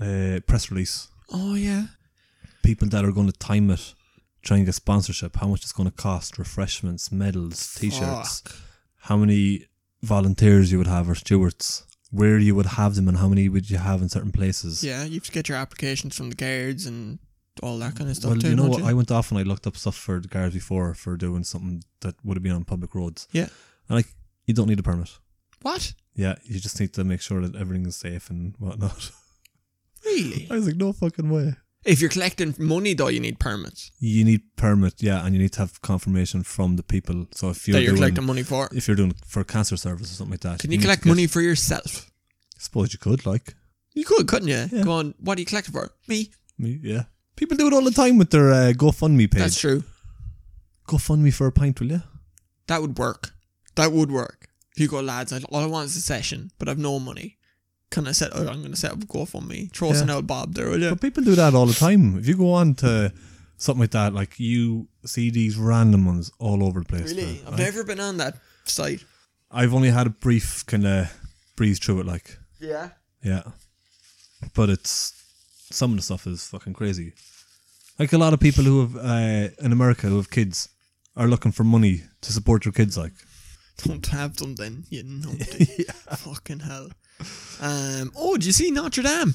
Speaker 2: uh, press release.
Speaker 1: oh yeah,
Speaker 2: People that are going to time it, try and get sponsorship. How much it's going to cost? Refreshments, medals, t-shirts.
Speaker 1: Fuck.
Speaker 2: How many volunteers you would have or stewards? Where you would have them and how many would you have in certain places?
Speaker 1: Yeah, you have to get your applications from the guards and all that kind of stuff.
Speaker 2: Well,
Speaker 1: too,
Speaker 2: you know
Speaker 1: don't
Speaker 2: what? I went off and I looked up stuff for the guards before for doing something that would have been on public roads.
Speaker 1: Yeah.
Speaker 2: And like, you don't need a permit.
Speaker 1: what?
Speaker 2: Yeah, you just need to make sure that everything is safe and whatnot.
Speaker 1: Really?
Speaker 2: I was like, no fucking way.
Speaker 1: If you're collecting money, though, you need permits
Speaker 2: You need permit, yeah, and you need to have confirmation from the people. So if you're,
Speaker 1: that you're
Speaker 2: doing,
Speaker 1: collecting money for.
Speaker 2: if you're doing it for cancer service or something like that,
Speaker 1: Can you,
Speaker 2: need to
Speaker 1: collect
Speaker 2: get-
Speaker 1: money for yourself?
Speaker 2: I suppose you could, like
Speaker 1: You could, couldn't you?
Speaker 2: Yeah.
Speaker 1: Go on. What are you collecting for? Me.
Speaker 2: me, yeah. People do it all the time with their uh, GoFundMe page.
Speaker 1: That's true.
Speaker 2: GoFundMe for a pint, will you?
Speaker 1: That would work. That would work. If you go, lads, I, all I want is a session, but I've no money. Can I set? Oh, I'm going to set up a GoFundMe. Throw us
Speaker 2: Yeah.
Speaker 1: an old bob there, will you?
Speaker 2: But people do that all the time. If you go on to something like that, like you see these random ones all over the place. man.
Speaker 1: Really? I've never been on that site.
Speaker 2: I've only had a brief kind of breeze through it, like
Speaker 1: Yeah.
Speaker 2: yeah. But it's some of the stuff is fucking crazy. Like a lot of people who have uh, in America who have kids are looking for money to support their kids. Like
Speaker 1: Don't have them then, you numpty. Fucking hell. Um, oh, did you see Notre Dame?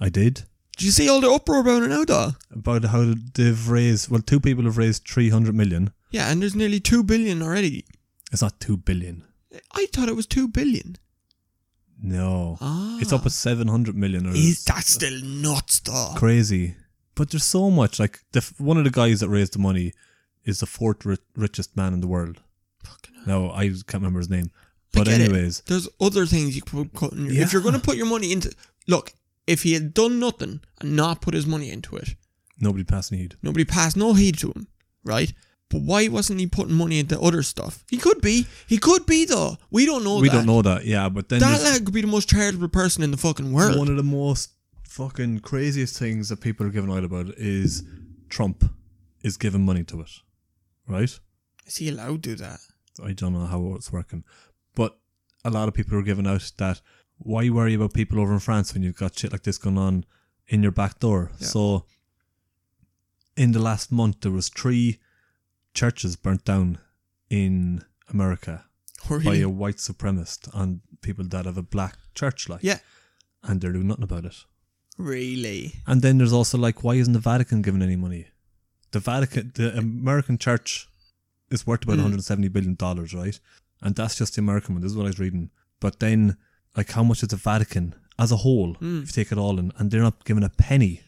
Speaker 2: I did
Speaker 1: Did you see all the uproar about it now, though?
Speaker 2: about how they've raised. Well, two people have raised three hundred million.
Speaker 1: Yeah, and there's nearly 2 billion already.
Speaker 2: It's not two billion.
Speaker 1: I thought it was 2 billion.
Speaker 2: No,
Speaker 1: Ah.
Speaker 2: it's up at seven hundred million. Or
Speaker 1: Is that still nuts, though?
Speaker 2: crazy. But there's so much. Like the f- one of the guys that raised the money is the fourth ri- richest man in the world.
Speaker 1: Fucking hell.
Speaker 2: No, I can't remember his name.
Speaker 1: I
Speaker 2: But
Speaker 1: get it.
Speaker 2: anyways,
Speaker 1: There's other things you could put in your,
Speaker 2: Yeah.
Speaker 1: If you're going to put your money into. Look, if he had done nothing and not put his money into it,
Speaker 2: nobody passed need.
Speaker 1: nobody passed no heed to him, right? But why wasn't he putting money into other stuff? He could be. He could be, though. We don't know
Speaker 2: we
Speaker 1: that.
Speaker 2: don't know that. Yeah, but then
Speaker 1: That
Speaker 2: there's
Speaker 1: lad could be the most charitable person in the fucking world.
Speaker 2: one of the most fucking craziest things that people are giving out about is Trump is giving money to it, right?
Speaker 1: Is he allowed to do that?
Speaker 2: I don't know how it's working, but a lot of people are giving out that why worry about people over in France when you've got shit like this going on in your back door.
Speaker 1: Yeah.
Speaker 2: So in the last month, there was three churches burnt down in America
Speaker 1: Or
Speaker 2: by
Speaker 1: he,
Speaker 2: a white supremacist and people that have a black church like,
Speaker 1: yeah,
Speaker 2: and they're doing nothing about it.
Speaker 1: really?
Speaker 2: And then there's also like, why isn't the Vatican giving any money? The Vatican, the American church is worth about
Speaker 1: Mm.
Speaker 2: 170 billion dollars, right? And that's just the American one. This is what I was reading. But then, like, how much is the Vatican as a whole?
Speaker 1: Hmm.
Speaker 2: If you take it all in, and they're not giving a penny.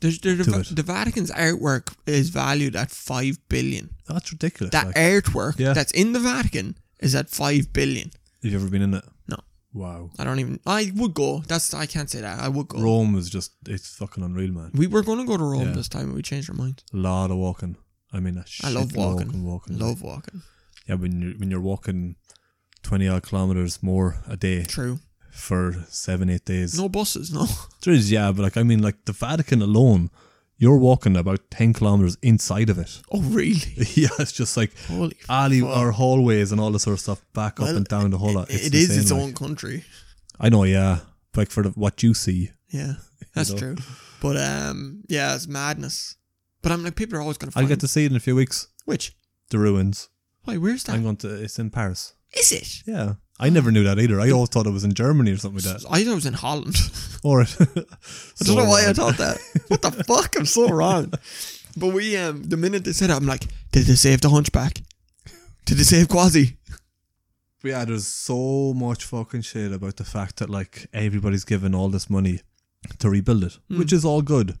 Speaker 1: There's, there,
Speaker 2: Do
Speaker 1: the,
Speaker 2: it.
Speaker 1: the Vatican's artwork is valued at five billion.
Speaker 2: That's ridiculous.
Speaker 1: That
Speaker 2: like,
Speaker 1: artwork
Speaker 2: Yeah.
Speaker 1: that's in the Vatican is at five billion.
Speaker 2: have you ever been in it?
Speaker 1: No,
Speaker 2: Wow.
Speaker 1: I don't even. I would go. That's I can't say that. I would go.
Speaker 2: Rome was just, it's fucking unreal, man.
Speaker 1: We were going to go to Rome
Speaker 2: Yeah.
Speaker 1: this time, but we changed our mind.
Speaker 2: A lot of walking. I mean, a
Speaker 1: I
Speaker 2: shit
Speaker 1: love
Speaker 2: load of
Speaker 1: walking.
Speaker 2: walking.
Speaker 1: Love walking.
Speaker 2: Yeah, when you're, when you're walking 20 odd kilometers more a day
Speaker 1: True.
Speaker 2: for seven, eight days.
Speaker 1: No buses. No.
Speaker 2: There is, yeah, but like, I mean, like the Vatican alone, you're walking about 10 kilometers inside of it.
Speaker 1: Oh really?
Speaker 2: yeah, it's just like
Speaker 1: Holy.
Speaker 2: alley
Speaker 1: fuck.
Speaker 2: or hallways and all this sort of stuff back up
Speaker 1: Well,
Speaker 2: and down the whole lot.
Speaker 1: It's it is
Speaker 2: insane,
Speaker 1: its
Speaker 2: like.
Speaker 1: own country.
Speaker 2: I know, yeah. But, Like for the, what you see,
Speaker 1: Yeah, that's
Speaker 2: know?
Speaker 1: true. But um, yeah, it's madness. But I'm like, people are always gonna
Speaker 2: I'll
Speaker 1: find
Speaker 2: get to see it in a few weeks.
Speaker 1: which.
Speaker 2: The ruins.
Speaker 1: Why? Where's that?
Speaker 2: I'm going to. It's in Paris.
Speaker 1: Is it?
Speaker 2: Yeah, I never knew that either. I always thought it was in Germany or something like that.
Speaker 1: I thought it was in Holland.
Speaker 2: Or I
Speaker 1: I don't know why I thought that. What the fuck? I'm so wrong. But we, um, the minute they said it, I'm like, did they save the Hunchback? Did they save Quasi?
Speaker 2: Yeah, there's so much fucking shit about the fact that like everybody's given all this money to rebuild it, which is all good,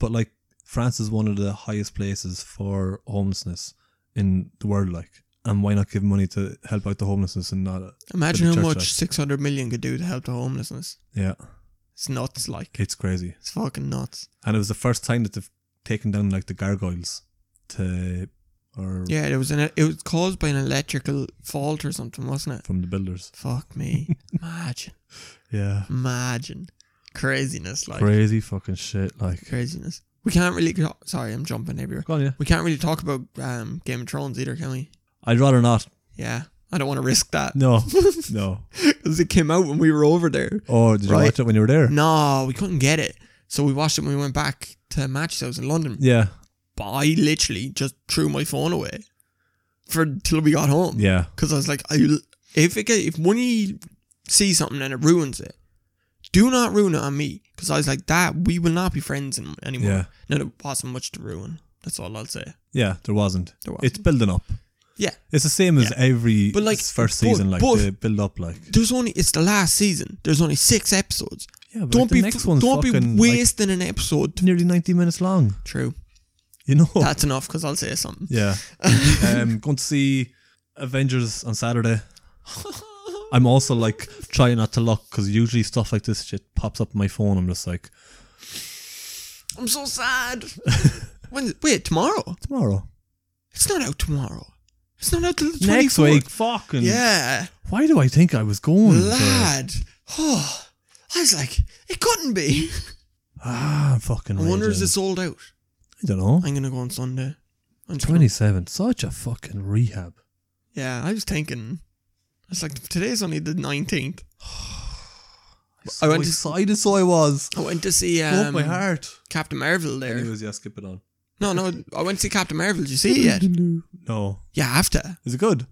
Speaker 2: but like France is one of the highest places for homelessness in the world. Like, and why not give money to help out the homelessness and not?
Speaker 1: Imagine
Speaker 2: the
Speaker 1: how
Speaker 2: church
Speaker 1: much
Speaker 2: life.
Speaker 1: 600 million could do to help the homelessness.
Speaker 2: Yeah,
Speaker 1: It's nuts, like
Speaker 2: it's crazy.
Speaker 1: it's fucking nuts.
Speaker 2: And it was the first time that they've taken down like the gargoyles to or
Speaker 1: Yeah, it was an it was caused by an electrical fault or something, wasn't it?
Speaker 2: from the builders.
Speaker 1: Fuck me. Imagine,
Speaker 2: Yeah.
Speaker 1: imagine craziness, like
Speaker 2: Crazy fucking shit. Like
Speaker 1: craziness. We can't really. Sorry, I'm jumping everywhere.
Speaker 2: Go on, yeah.
Speaker 1: We can't really talk about um, Game of Thrones either, can we?
Speaker 2: I'd rather not.
Speaker 1: Yeah, I don't want to risk that.
Speaker 2: No. no.
Speaker 1: because it came out when we were over there.
Speaker 2: Or did you
Speaker 1: Right.
Speaker 2: watch it when you were there?
Speaker 1: No, we couldn't get it. So we watched it when we went back to Match House in London.
Speaker 2: Yeah.
Speaker 1: But I literally just threw my phone away for till we got home.
Speaker 2: Yeah.
Speaker 1: Because I was like, I, if it get, if when you see something and it ruins it, do not ruin it on me. Because I was like, that we will not be friends an- anymore.
Speaker 2: Yeah.
Speaker 1: Now there wasn't much to ruin. That's all I'll say.
Speaker 2: Yeah. There wasn't.
Speaker 1: There wasn't.
Speaker 2: It's building up.
Speaker 1: Yeah.
Speaker 2: It's the same as every
Speaker 1: But, like,
Speaker 2: first
Speaker 1: but-
Speaker 2: season, like
Speaker 1: but-
Speaker 2: they build up like
Speaker 1: There's only it's the last season. There's only six episodes.
Speaker 2: Yeah, but
Speaker 1: don't
Speaker 2: like,
Speaker 1: be
Speaker 2: the next one's
Speaker 1: don't
Speaker 2: fucking
Speaker 1: be
Speaker 2: like,
Speaker 1: wasting an episode.
Speaker 2: nearly ninety minutes long.
Speaker 1: True.
Speaker 2: You know?
Speaker 1: That's enough because I'll say something.
Speaker 2: Oh. yeah. um going to see Avengers on Saturday. I'm also like trying not to look because usually stuff like this shit pops up on my phone. I'm just like
Speaker 1: I'm so sad. when, wait, tomorrow?
Speaker 2: tomorrow,
Speaker 1: It's not out tomorrow. It's not out till the
Speaker 2: next
Speaker 1: 24th.
Speaker 2: week, fucking
Speaker 1: Yeah,
Speaker 2: Why do I think I was going? to-
Speaker 1: lad. Oh, I was like, it couldn't be.
Speaker 2: Ah, I'm fucking.
Speaker 1: I wonder is
Speaker 2: raging.
Speaker 1: it sold out?
Speaker 2: I don't know.
Speaker 1: I'm gonna go on Sunday. I'm just gonna-
Speaker 2: Twenty seven. Such a fucking rehab.
Speaker 1: yeah, I was thinking. It's like today's only the 19th.
Speaker 2: I
Speaker 1: went
Speaker 2: went
Speaker 1: to-
Speaker 2: excited, so I was.
Speaker 1: I went to see
Speaker 2: Broke
Speaker 1: um, er,
Speaker 2: my heart.
Speaker 1: Captain Marvel there.
Speaker 2: yeah, skip it on.
Speaker 1: No, no, I went to see Captain Marvel. Did you see it yet?
Speaker 2: No.
Speaker 1: You have to.
Speaker 2: Is it good?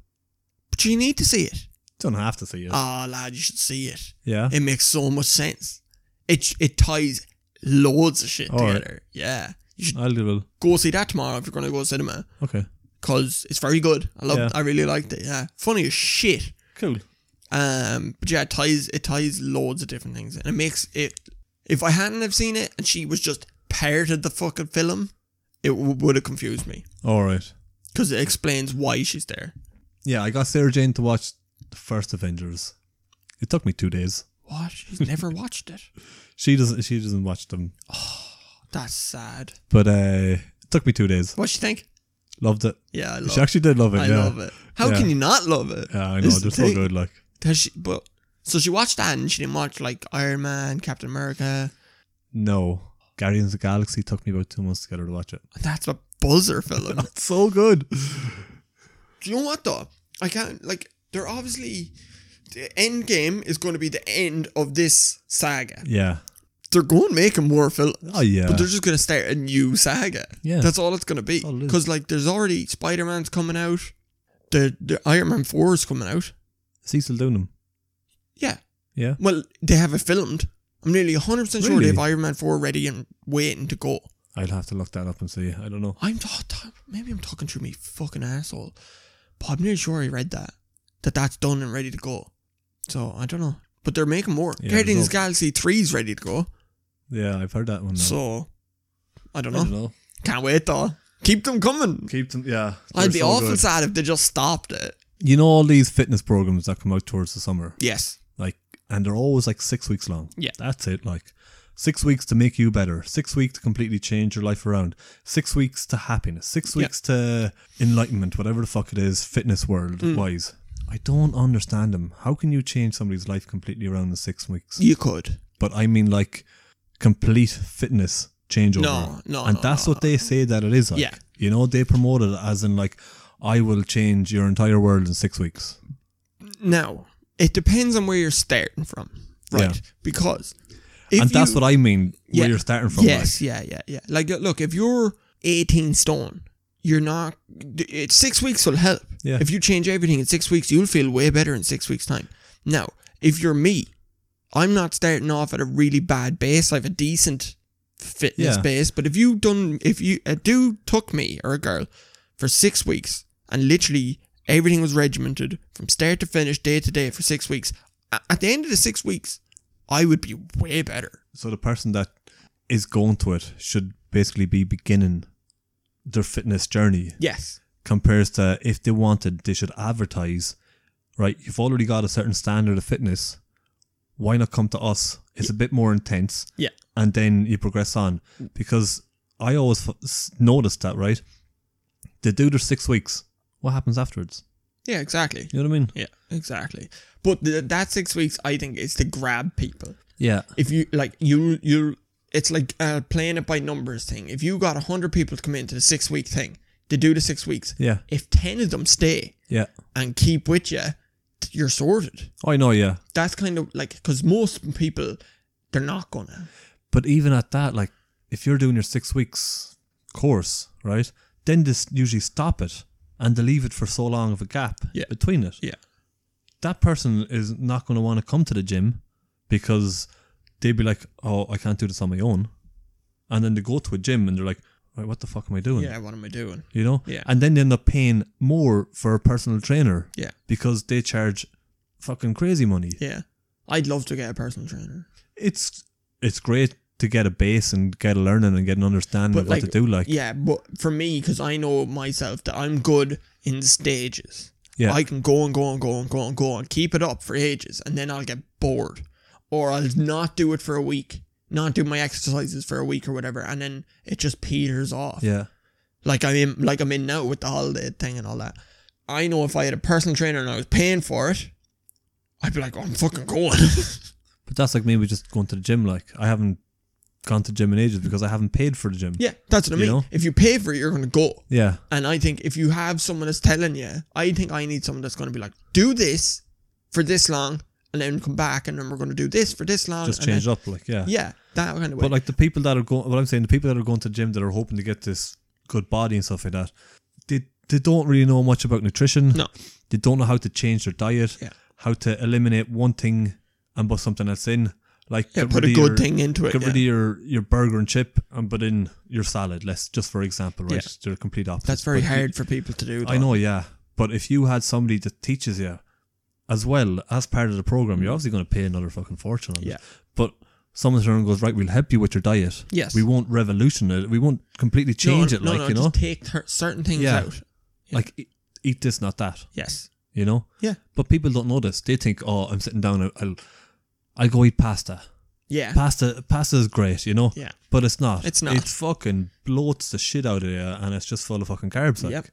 Speaker 1: But you need to see it.
Speaker 2: Don't have to see it.
Speaker 1: Ah, lad, you should see it.
Speaker 2: yeah.
Speaker 1: It makes so much sense. It it ties loads of shit
Speaker 2: All right.
Speaker 1: together. Yeah, you should
Speaker 2: I'll do
Speaker 1: go see that tomorrow if you're going to go to cinema
Speaker 2: it. Okay.
Speaker 1: because it's very good. I love.
Speaker 2: Yeah.
Speaker 1: I really liked it. Yeah, funny as shit.
Speaker 2: Cool.
Speaker 1: Um, but yeah, it ties it ties loads of different things, and it makes it. If I hadn't have seen it and she was just part of the fucking film, it w- would have confused me
Speaker 2: All right.
Speaker 1: because it explains why she's there.
Speaker 2: Yeah, I got Sarah Jane to watch the first Avengers. It took me two days.
Speaker 1: What? She's never watched it.
Speaker 2: She doesn't. She doesn't watch them.
Speaker 1: That's sad.
Speaker 2: But uh, it took me two days.
Speaker 1: What you think?
Speaker 2: Loved it.
Speaker 1: Yeah, I love.
Speaker 2: She actually did love it.
Speaker 1: Oh. I
Speaker 2: yeah.
Speaker 1: love it. How
Speaker 2: Yeah.
Speaker 1: can you not love it?
Speaker 2: Yeah, I know.
Speaker 1: This is
Speaker 2: They're
Speaker 1: the
Speaker 2: so
Speaker 1: thing.
Speaker 2: good. Like.
Speaker 1: Has she, but so she watched that and she didn't watch like Iron Man, Captain America.
Speaker 2: No. Guardians of the Galaxy took me about two months to get her to watch it.
Speaker 1: That's a buzzer film.
Speaker 2: It's so good.
Speaker 1: Do you know what though? I can't like. They're obviously the end game is going to be the end of this saga.
Speaker 2: Yeah.
Speaker 1: They're going to make a more film.
Speaker 2: Oh yeah.
Speaker 1: But they're just going to start a new saga.
Speaker 2: Yeah.
Speaker 1: That's all it's going to be.
Speaker 2: all it is.
Speaker 1: Because, like, there's already Spider Man's coming out. The, the Iron Man 4 is coming out.
Speaker 2: Cecil Dunham.
Speaker 1: Yeah.
Speaker 2: Yeah.
Speaker 1: Well, they have it filmed. I'm nearly 100% sure they
Speaker 2: Really?
Speaker 1: have Iron Man 4 ready and waiting to go.
Speaker 2: I'll have to look that up and see. I don't know.
Speaker 1: I'm oh, t- maybe I'm talking through me fucking asshole, but I'm nearly sure I read that that that's done and ready to go. So I don't know, but they're making more.
Speaker 2: Yeah,
Speaker 1: Guardians
Speaker 2: there's no-
Speaker 1: Galaxy Three is ready to go.
Speaker 2: Yeah, I've heard that one. Now.
Speaker 1: So I don't
Speaker 2: I
Speaker 1: know.
Speaker 2: don't know.
Speaker 1: Can't wait though. Keep them coming.
Speaker 2: Keep them. Yeah.
Speaker 1: I'd be
Speaker 2: they're so
Speaker 1: awful
Speaker 2: good.
Speaker 1: sad if they just stopped it.
Speaker 2: You know all these fitness programs that come out towards the summer.
Speaker 1: Yes.
Speaker 2: Like and they're always like six weeks long.
Speaker 1: Yeah.
Speaker 2: That's it. Like six weeks to make you better, six weeks to completely change your life around, six weeks to happiness, six
Speaker 1: Yeah.
Speaker 2: weeks to enlightenment, whatever the fuck it is, fitness world
Speaker 1: Mm.
Speaker 2: wise. I don't understand them. How can you change somebody's life completely around in six weeks?
Speaker 1: You could.
Speaker 2: But I mean, like, complete fitness changeover.
Speaker 1: No, no,
Speaker 2: And
Speaker 1: no,
Speaker 2: that's
Speaker 1: no,
Speaker 2: what they say that it is like.
Speaker 1: Yeah.
Speaker 2: You know, they promote it as in, like, I will change your entire world in six weeks.
Speaker 1: Now, it depends on where you're starting from, right?
Speaker 2: Yeah.
Speaker 1: Because if
Speaker 2: and that's
Speaker 1: you-
Speaker 2: what I mean,
Speaker 1: Yeah.
Speaker 2: where you're starting from.
Speaker 1: Yes, yeah, yeah, yeah. Like, uh, look, if you're 18 stone, you're not. d- It's six weeks will help.
Speaker 2: Yeah.
Speaker 1: If you change everything in six weeks, you'll feel way better in six weeks' time. Now, if you're me, I'm not starting off at a really bad base. I have a decent fitness
Speaker 2: Yeah.
Speaker 1: base, but if you done, if you a dude took me or a girl for six weeks and literally everything was regimented from start to finish, day to day for six weeks, a- at the end of the six weeks, I would be way better.
Speaker 2: So the person that is going to it should basically be beginning their fitness journey
Speaker 1: Yes.
Speaker 2: compares to if they wanted, they should advertise, right? You've already got a certain standard of fitness. Why not come to us? It's a bit more intense.
Speaker 1: Yeah.
Speaker 2: And then you progress on because I always f- s- noticed that, right? They do their six weeks. What happens afterwards?
Speaker 1: Yeah, exactly.
Speaker 2: You know what I mean?
Speaker 1: Yeah, exactly. But th- that six weeks, I think, is to grab people.
Speaker 2: Yeah.
Speaker 1: If you like, you you, it's like uh, playing it by numbers thing. If you got hundred people to come into the six week thing, they do the six weeks.
Speaker 2: Yeah.
Speaker 1: If ten of them stay
Speaker 2: Yeah.
Speaker 1: and keep with you, th- you're sorted.
Speaker 2: I know. Yeah.
Speaker 1: That's kind of like because most people, they're not gonna.
Speaker 2: But even at that, like if you're doing your six weeks course, right, then they s- usually stop it and they leave it for so long of a gap
Speaker 1: Yeah.
Speaker 2: between it.
Speaker 1: Yeah.
Speaker 2: That person is not going to want to come to the gym because they'd be like, "Oh, I can't do this on my own," and then they go to a gym and they're like, "Right, what the fuck am I doing?"
Speaker 1: Yeah, what am I doing?
Speaker 2: You know.
Speaker 1: Yeah.
Speaker 2: And then they end up paying more for a personal trainer
Speaker 1: Yeah,
Speaker 2: because they charge fucking crazy money
Speaker 1: yeah. I'd love to get a personal trainer.
Speaker 2: it's it's great to get a base and get a learning and get an understanding
Speaker 1: But
Speaker 2: of what
Speaker 1: like-
Speaker 2: to do. Like,
Speaker 1: Yeah, but for me, because I know myself that I'm good in stages.
Speaker 2: yeah,
Speaker 1: I can go and go and go and go and go and keep it up for ages, and then I'll get bored, or I'll not do it for a week, not do my exercises for a week or whatever, and then it just peters off.
Speaker 2: yeah,
Speaker 1: Like I'm in, like I'm in now with the holiday thing and all that. I know if I had a personal trainer and I was paying for it, I'd be like, oh, I'm fucking going.
Speaker 2: but that's like maybe just going to the gym. Like, I haven't gone to the gym in ages because I haven't paid for the gym.
Speaker 1: yeah, that's what I
Speaker 2: You
Speaker 1: mean.
Speaker 2: know?
Speaker 1: If you pay for it, you're gonna go.
Speaker 2: yeah,
Speaker 1: And I think if you have someone that's telling you, I think I need someone that's going to be like, do this for this long, and then come back, and then we're going to do this for this long.
Speaker 2: just
Speaker 1: and
Speaker 2: change
Speaker 1: then,
Speaker 2: up. Like, yeah.
Speaker 1: Yeah, that kind of way.
Speaker 2: but uh, like the people that are going, what I'm saying, the people that are going to the gym that are hoping to get this good body and stuff like that, they they don't really know much about nutrition.
Speaker 1: No.
Speaker 2: they don't know how to change their diet.
Speaker 1: Yeah.
Speaker 2: how to eliminate one thing and put something else in. Like,
Speaker 1: yeah,
Speaker 2: get
Speaker 1: put
Speaker 2: rid
Speaker 1: a
Speaker 2: of
Speaker 1: good
Speaker 2: your-
Speaker 1: thing into it.
Speaker 2: Get rid of
Speaker 1: yeah.
Speaker 2: your, your burger and chip and put in your salad. Let's just for example, right?
Speaker 1: Yeah.
Speaker 2: They're complete opposites.
Speaker 1: That's very
Speaker 2: But
Speaker 1: hard for people to do. Though.
Speaker 2: I know, yeah. But if you had somebody that teaches you as well as part of the program, you're obviously going to pay another fucking fortune on
Speaker 1: Mm. Yeah.
Speaker 2: it. But someone turns around and goes, right, we'll help you with your diet.
Speaker 1: Yes.
Speaker 2: We won't revolution it. We won't completely change
Speaker 1: no,
Speaker 2: it,
Speaker 1: no,
Speaker 2: like
Speaker 1: no,
Speaker 2: you know,
Speaker 1: just take th- certain things
Speaker 2: Yeah.
Speaker 1: out. yeah.
Speaker 2: like e- eat this, not that.
Speaker 1: Yes.
Speaker 2: You know.
Speaker 1: Yeah. I'll-
Speaker 2: But people don't know this. They think, oh, I'm sitting down. I'll, I'll, I'll go eat pasta.
Speaker 1: Yeah.
Speaker 2: Pasta, pasta is great, you know.
Speaker 1: Yeah.
Speaker 2: But it's not.
Speaker 1: It's not.
Speaker 2: It's fucking bloats the shit out of you, and it's just full of fucking carbs. Like.
Speaker 1: Yep.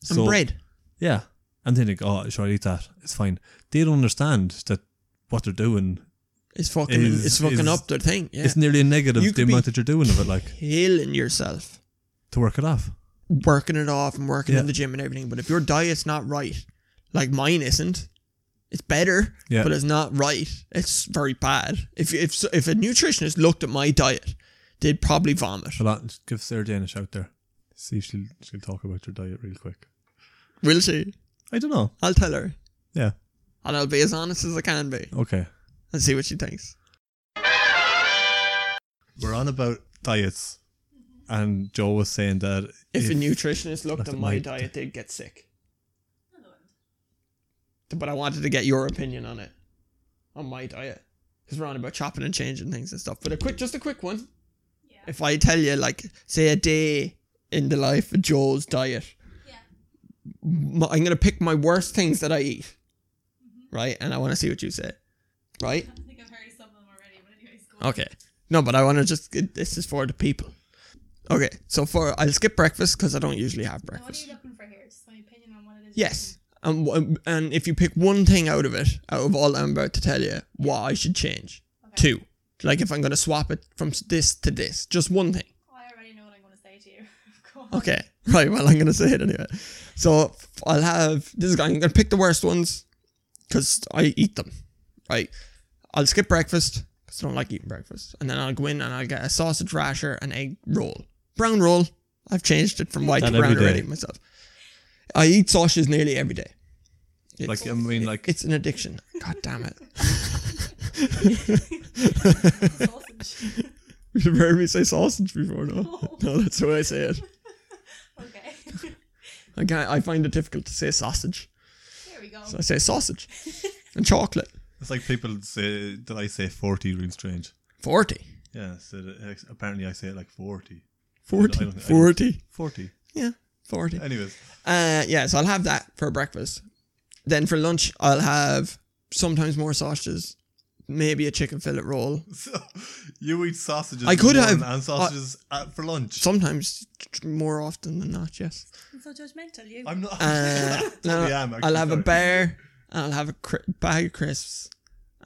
Speaker 2: So,
Speaker 1: And bread.
Speaker 2: Yeah. And they think, oh, sure, I eat that. It's fine. They don't understand that what they're doing.
Speaker 1: It's fucking.
Speaker 2: is-
Speaker 1: it's fucking
Speaker 2: is-
Speaker 1: up their thing. Yeah.
Speaker 2: It's nearly a negative
Speaker 1: You
Speaker 2: the
Speaker 1: could be-
Speaker 2: amount that you're doing of it, like
Speaker 1: Killing yourself,
Speaker 2: to work it off.
Speaker 1: working it off and working
Speaker 2: Yeah.
Speaker 1: in the gym and everything. But if your diet's not right, like mine isn't, it's better.
Speaker 2: Yeah.
Speaker 1: but it's not right. It's very bad. If if if a nutritionist looked at my diet, they'd probably vomit.
Speaker 2: Shall I give Sarah Jane a shout there? See if she'll, she'll talk about your diet real quick.
Speaker 1: Will she?
Speaker 2: I don't know.
Speaker 1: I'll tell her,
Speaker 2: Yeah.
Speaker 1: and I'll be as honest as I can be,
Speaker 2: Okay.
Speaker 1: and see what she thinks.
Speaker 2: We're on about diets. And Joe was saying that
Speaker 1: If, a nutritionist looked at my diet, they'd get sick. But I wanted to get your opinion on it, on my diet, because we're on about chopping and changing things and stuff. But a quick, just a quick one. If I tell you, like, say a day in the life of Joe's diet,
Speaker 3: Yeah.
Speaker 1: m- I'm gonna pick my worst things that I eat, right? And I want to see what you say. right?
Speaker 3: I think I've heard of some of them already, but anyways, go on.
Speaker 1: Okay. No, but I want to just. It, this is for the people. Okay, so for I'll skip breakfast because I don't usually have
Speaker 3: Now, what are
Speaker 1: breakfast.
Speaker 3: you looking for here? Just my opinion on what it is. you're
Speaker 1: Yes, and wh- um, and if you pick one thing out of it, out of all I'm about to tell you, what I should change.
Speaker 3: Okay.
Speaker 1: Two, like if I'm gonna swap it from s- this to this, just one thing.
Speaker 3: doing. Oh, I already know what I'm going to say to you. go on.
Speaker 1: Okay, right. Well, I'm gonna say it anyway. So f- I'll have this is. I'm gonna pick the worst ones because I eat them. Right. I'll skip breakfast because I don't like eating breakfast, and then I'll go in and I'll get a sausage rasher and egg roll, brown roll. I've changed it from white
Speaker 2: That
Speaker 1: to brown
Speaker 2: every day.
Speaker 1: already myself. I eat sausages nearly every day. It's,
Speaker 2: Like I mean, like
Speaker 1: it's an addiction. God damn it.
Speaker 3: Sausage.
Speaker 1: You've heard me say sausage before, no?
Speaker 3: No.
Speaker 1: No, that's the way I say it.
Speaker 3: okay.
Speaker 1: I can't. I find it difficult to say sausage,
Speaker 3: There we go.
Speaker 1: so I say sausage and chocolate.
Speaker 2: it's like people say that I say forty really strange.
Speaker 1: 40.
Speaker 2: Yeah, so that- apparently I say it like forty.
Speaker 1: 40.
Speaker 2: I don't- I don't-
Speaker 1: 40.
Speaker 2: Forty.
Speaker 1: Yeah, 40.
Speaker 2: Anyways,
Speaker 1: Uh, yeah, so I'll have that for breakfast. Then for lunch, I'll have sometimes more sausages, maybe a chicken fillet roll.
Speaker 2: so you eat sausages.
Speaker 1: I
Speaker 2: in the
Speaker 1: could
Speaker 2: morning
Speaker 1: have-
Speaker 2: and sausages at, for lunch.
Speaker 1: Sometimes t- more often than not, yes.
Speaker 3: I'm so judgmental, you.
Speaker 2: I'm not.
Speaker 1: Uh, no,
Speaker 2: Yeah, I'm actually
Speaker 1: I'll have a
Speaker 2: sorry.
Speaker 1: bear, and I'll have a cri- bag of crisps,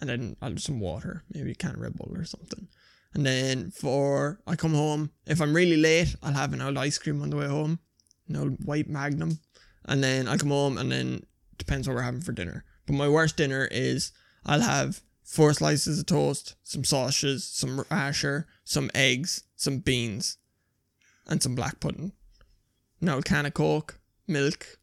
Speaker 1: and then I'll have some water, maybe a can of Red Bull or something. And then for I come home, if I'm really late, I'll have an old ice cream on the way home, an old white Magnum, and then I come home, and then depends what we're having for dinner. But my worst dinner is I'll have four slices of toast, some sausages, some rasher, some eggs, some beans, and some black pudding. Now a can of coke, milk,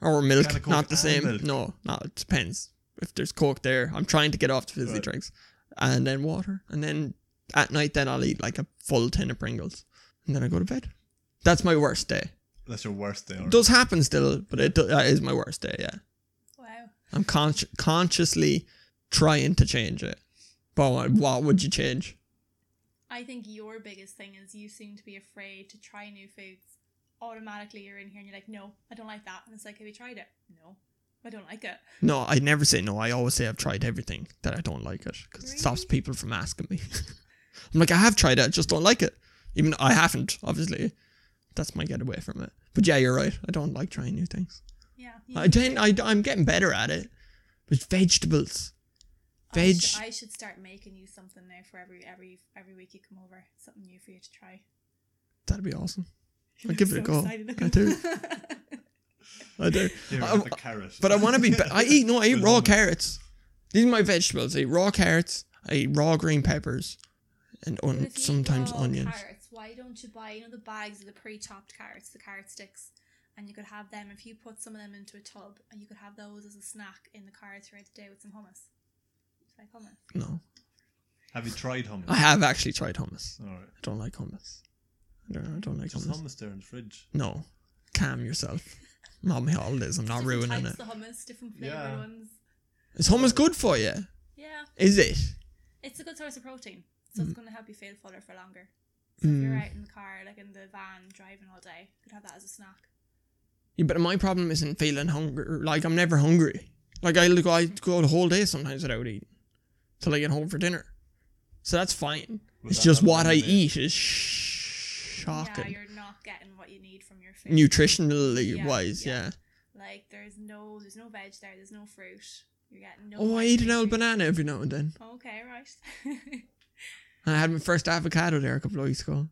Speaker 1: or milk,
Speaker 2: Can of Coke
Speaker 1: not the
Speaker 2: and
Speaker 1: same.
Speaker 2: milk.
Speaker 1: No, no, it depends. If there's coke there, I'm trying to get off the fizzy
Speaker 2: Right.
Speaker 1: drinks, and then water, and then at night then I'll eat like a full tin of Pringles, and then I go to bed. That's my worst day.
Speaker 2: That's your worst day.
Speaker 1: It
Speaker 2: alright.
Speaker 1: does happen still, but it do- that is my worst day. Yeah.
Speaker 3: Wow.
Speaker 1: I'm consci- consciously trying to change it. But what, what would you change?
Speaker 3: I think your biggest thing is you seem to be afraid to try new foods. Automatically, you're in here and you're like, no, I don't like that. And it's like, have you tried it? No, I don't like it.
Speaker 1: No, I never say no. I always say I've tried everything that I don't like it because it stops
Speaker 3: Really?
Speaker 1: people from asking me. I'm like, I have tried it, I just don't like it. Even though I haven't, obviously. That's my getaway from it. But yeah, you're right. I don't like trying new things.
Speaker 3: Yeah.
Speaker 1: I didn't, I, I'm getting better at it. But vegetables.
Speaker 3: I
Speaker 1: Veg.
Speaker 3: should, I should start making you something now for every every every week you come over. Something new for you to try.
Speaker 1: That'd be awesome. I'll give it a
Speaker 3: So
Speaker 1: go.
Speaker 3: excited
Speaker 1: I
Speaker 3: looking.
Speaker 1: do. I do.
Speaker 2: Here,
Speaker 1: I-
Speaker 2: have a carrot.
Speaker 1: But I want to be. Be- I eat no. I eat
Speaker 2: Good
Speaker 1: raw
Speaker 2: moment.
Speaker 1: carrots. These are my vegetables. I eat raw carrots. I eat raw green peppers, and
Speaker 3: But
Speaker 1: on,
Speaker 3: if you eat
Speaker 1: sometimes
Speaker 3: raw
Speaker 1: onions.
Speaker 3: Carrots. Why don't you buy you know the bags of the pre-chopped carrots, the carrot sticks, and you could have them if you put some of them into a tub, and you could have those as a snack in the car throughout the day with some hummus. It's like hummus.
Speaker 1: No,
Speaker 2: Have you tried hummus?
Speaker 1: I have actually tried hummus.
Speaker 2: All right.
Speaker 1: I don't like hummus. I don't, I don't like
Speaker 2: Just
Speaker 1: hummus.
Speaker 2: hummus there in the fridge.
Speaker 1: No, calm yourself. Not my holidays. I'm not
Speaker 3: different
Speaker 1: ruining it.
Speaker 3: types of hummus, different flavored
Speaker 2: Yeah.
Speaker 3: ones.
Speaker 1: Is hummus good for you?
Speaker 3: Yeah,
Speaker 1: Is it?
Speaker 3: it's a good source of protein, so it's going to help you feel fuller for longer. So if you're
Speaker 1: Mm.
Speaker 3: out in the car, like in the van, driving all day, you could have that as a snack.
Speaker 1: Yeah, but my problem isn't feeling hungry. Like I'm never hungry. Like I go, I go the whole day sometimes without eating, till I get home for dinner. So that's fine.
Speaker 2: Would
Speaker 1: it's
Speaker 2: that
Speaker 1: just
Speaker 2: not
Speaker 1: what I
Speaker 2: eliminate-
Speaker 1: eat is sh-
Speaker 3: Yeah,
Speaker 1: shocking,
Speaker 3: you're not getting what you need from your food.
Speaker 1: nutritionally
Speaker 3: Yeah,
Speaker 1: wise. Yeah.
Speaker 3: yeah. Like there's no there's no veg there, there's no fruit. You're getting no.
Speaker 1: Oh, I
Speaker 3: vitamin
Speaker 1: eat an old
Speaker 3: C.
Speaker 1: banana every now and then.
Speaker 3: Okay, right.
Speaker 1: And I had my first avocado there a couple of weeks ago.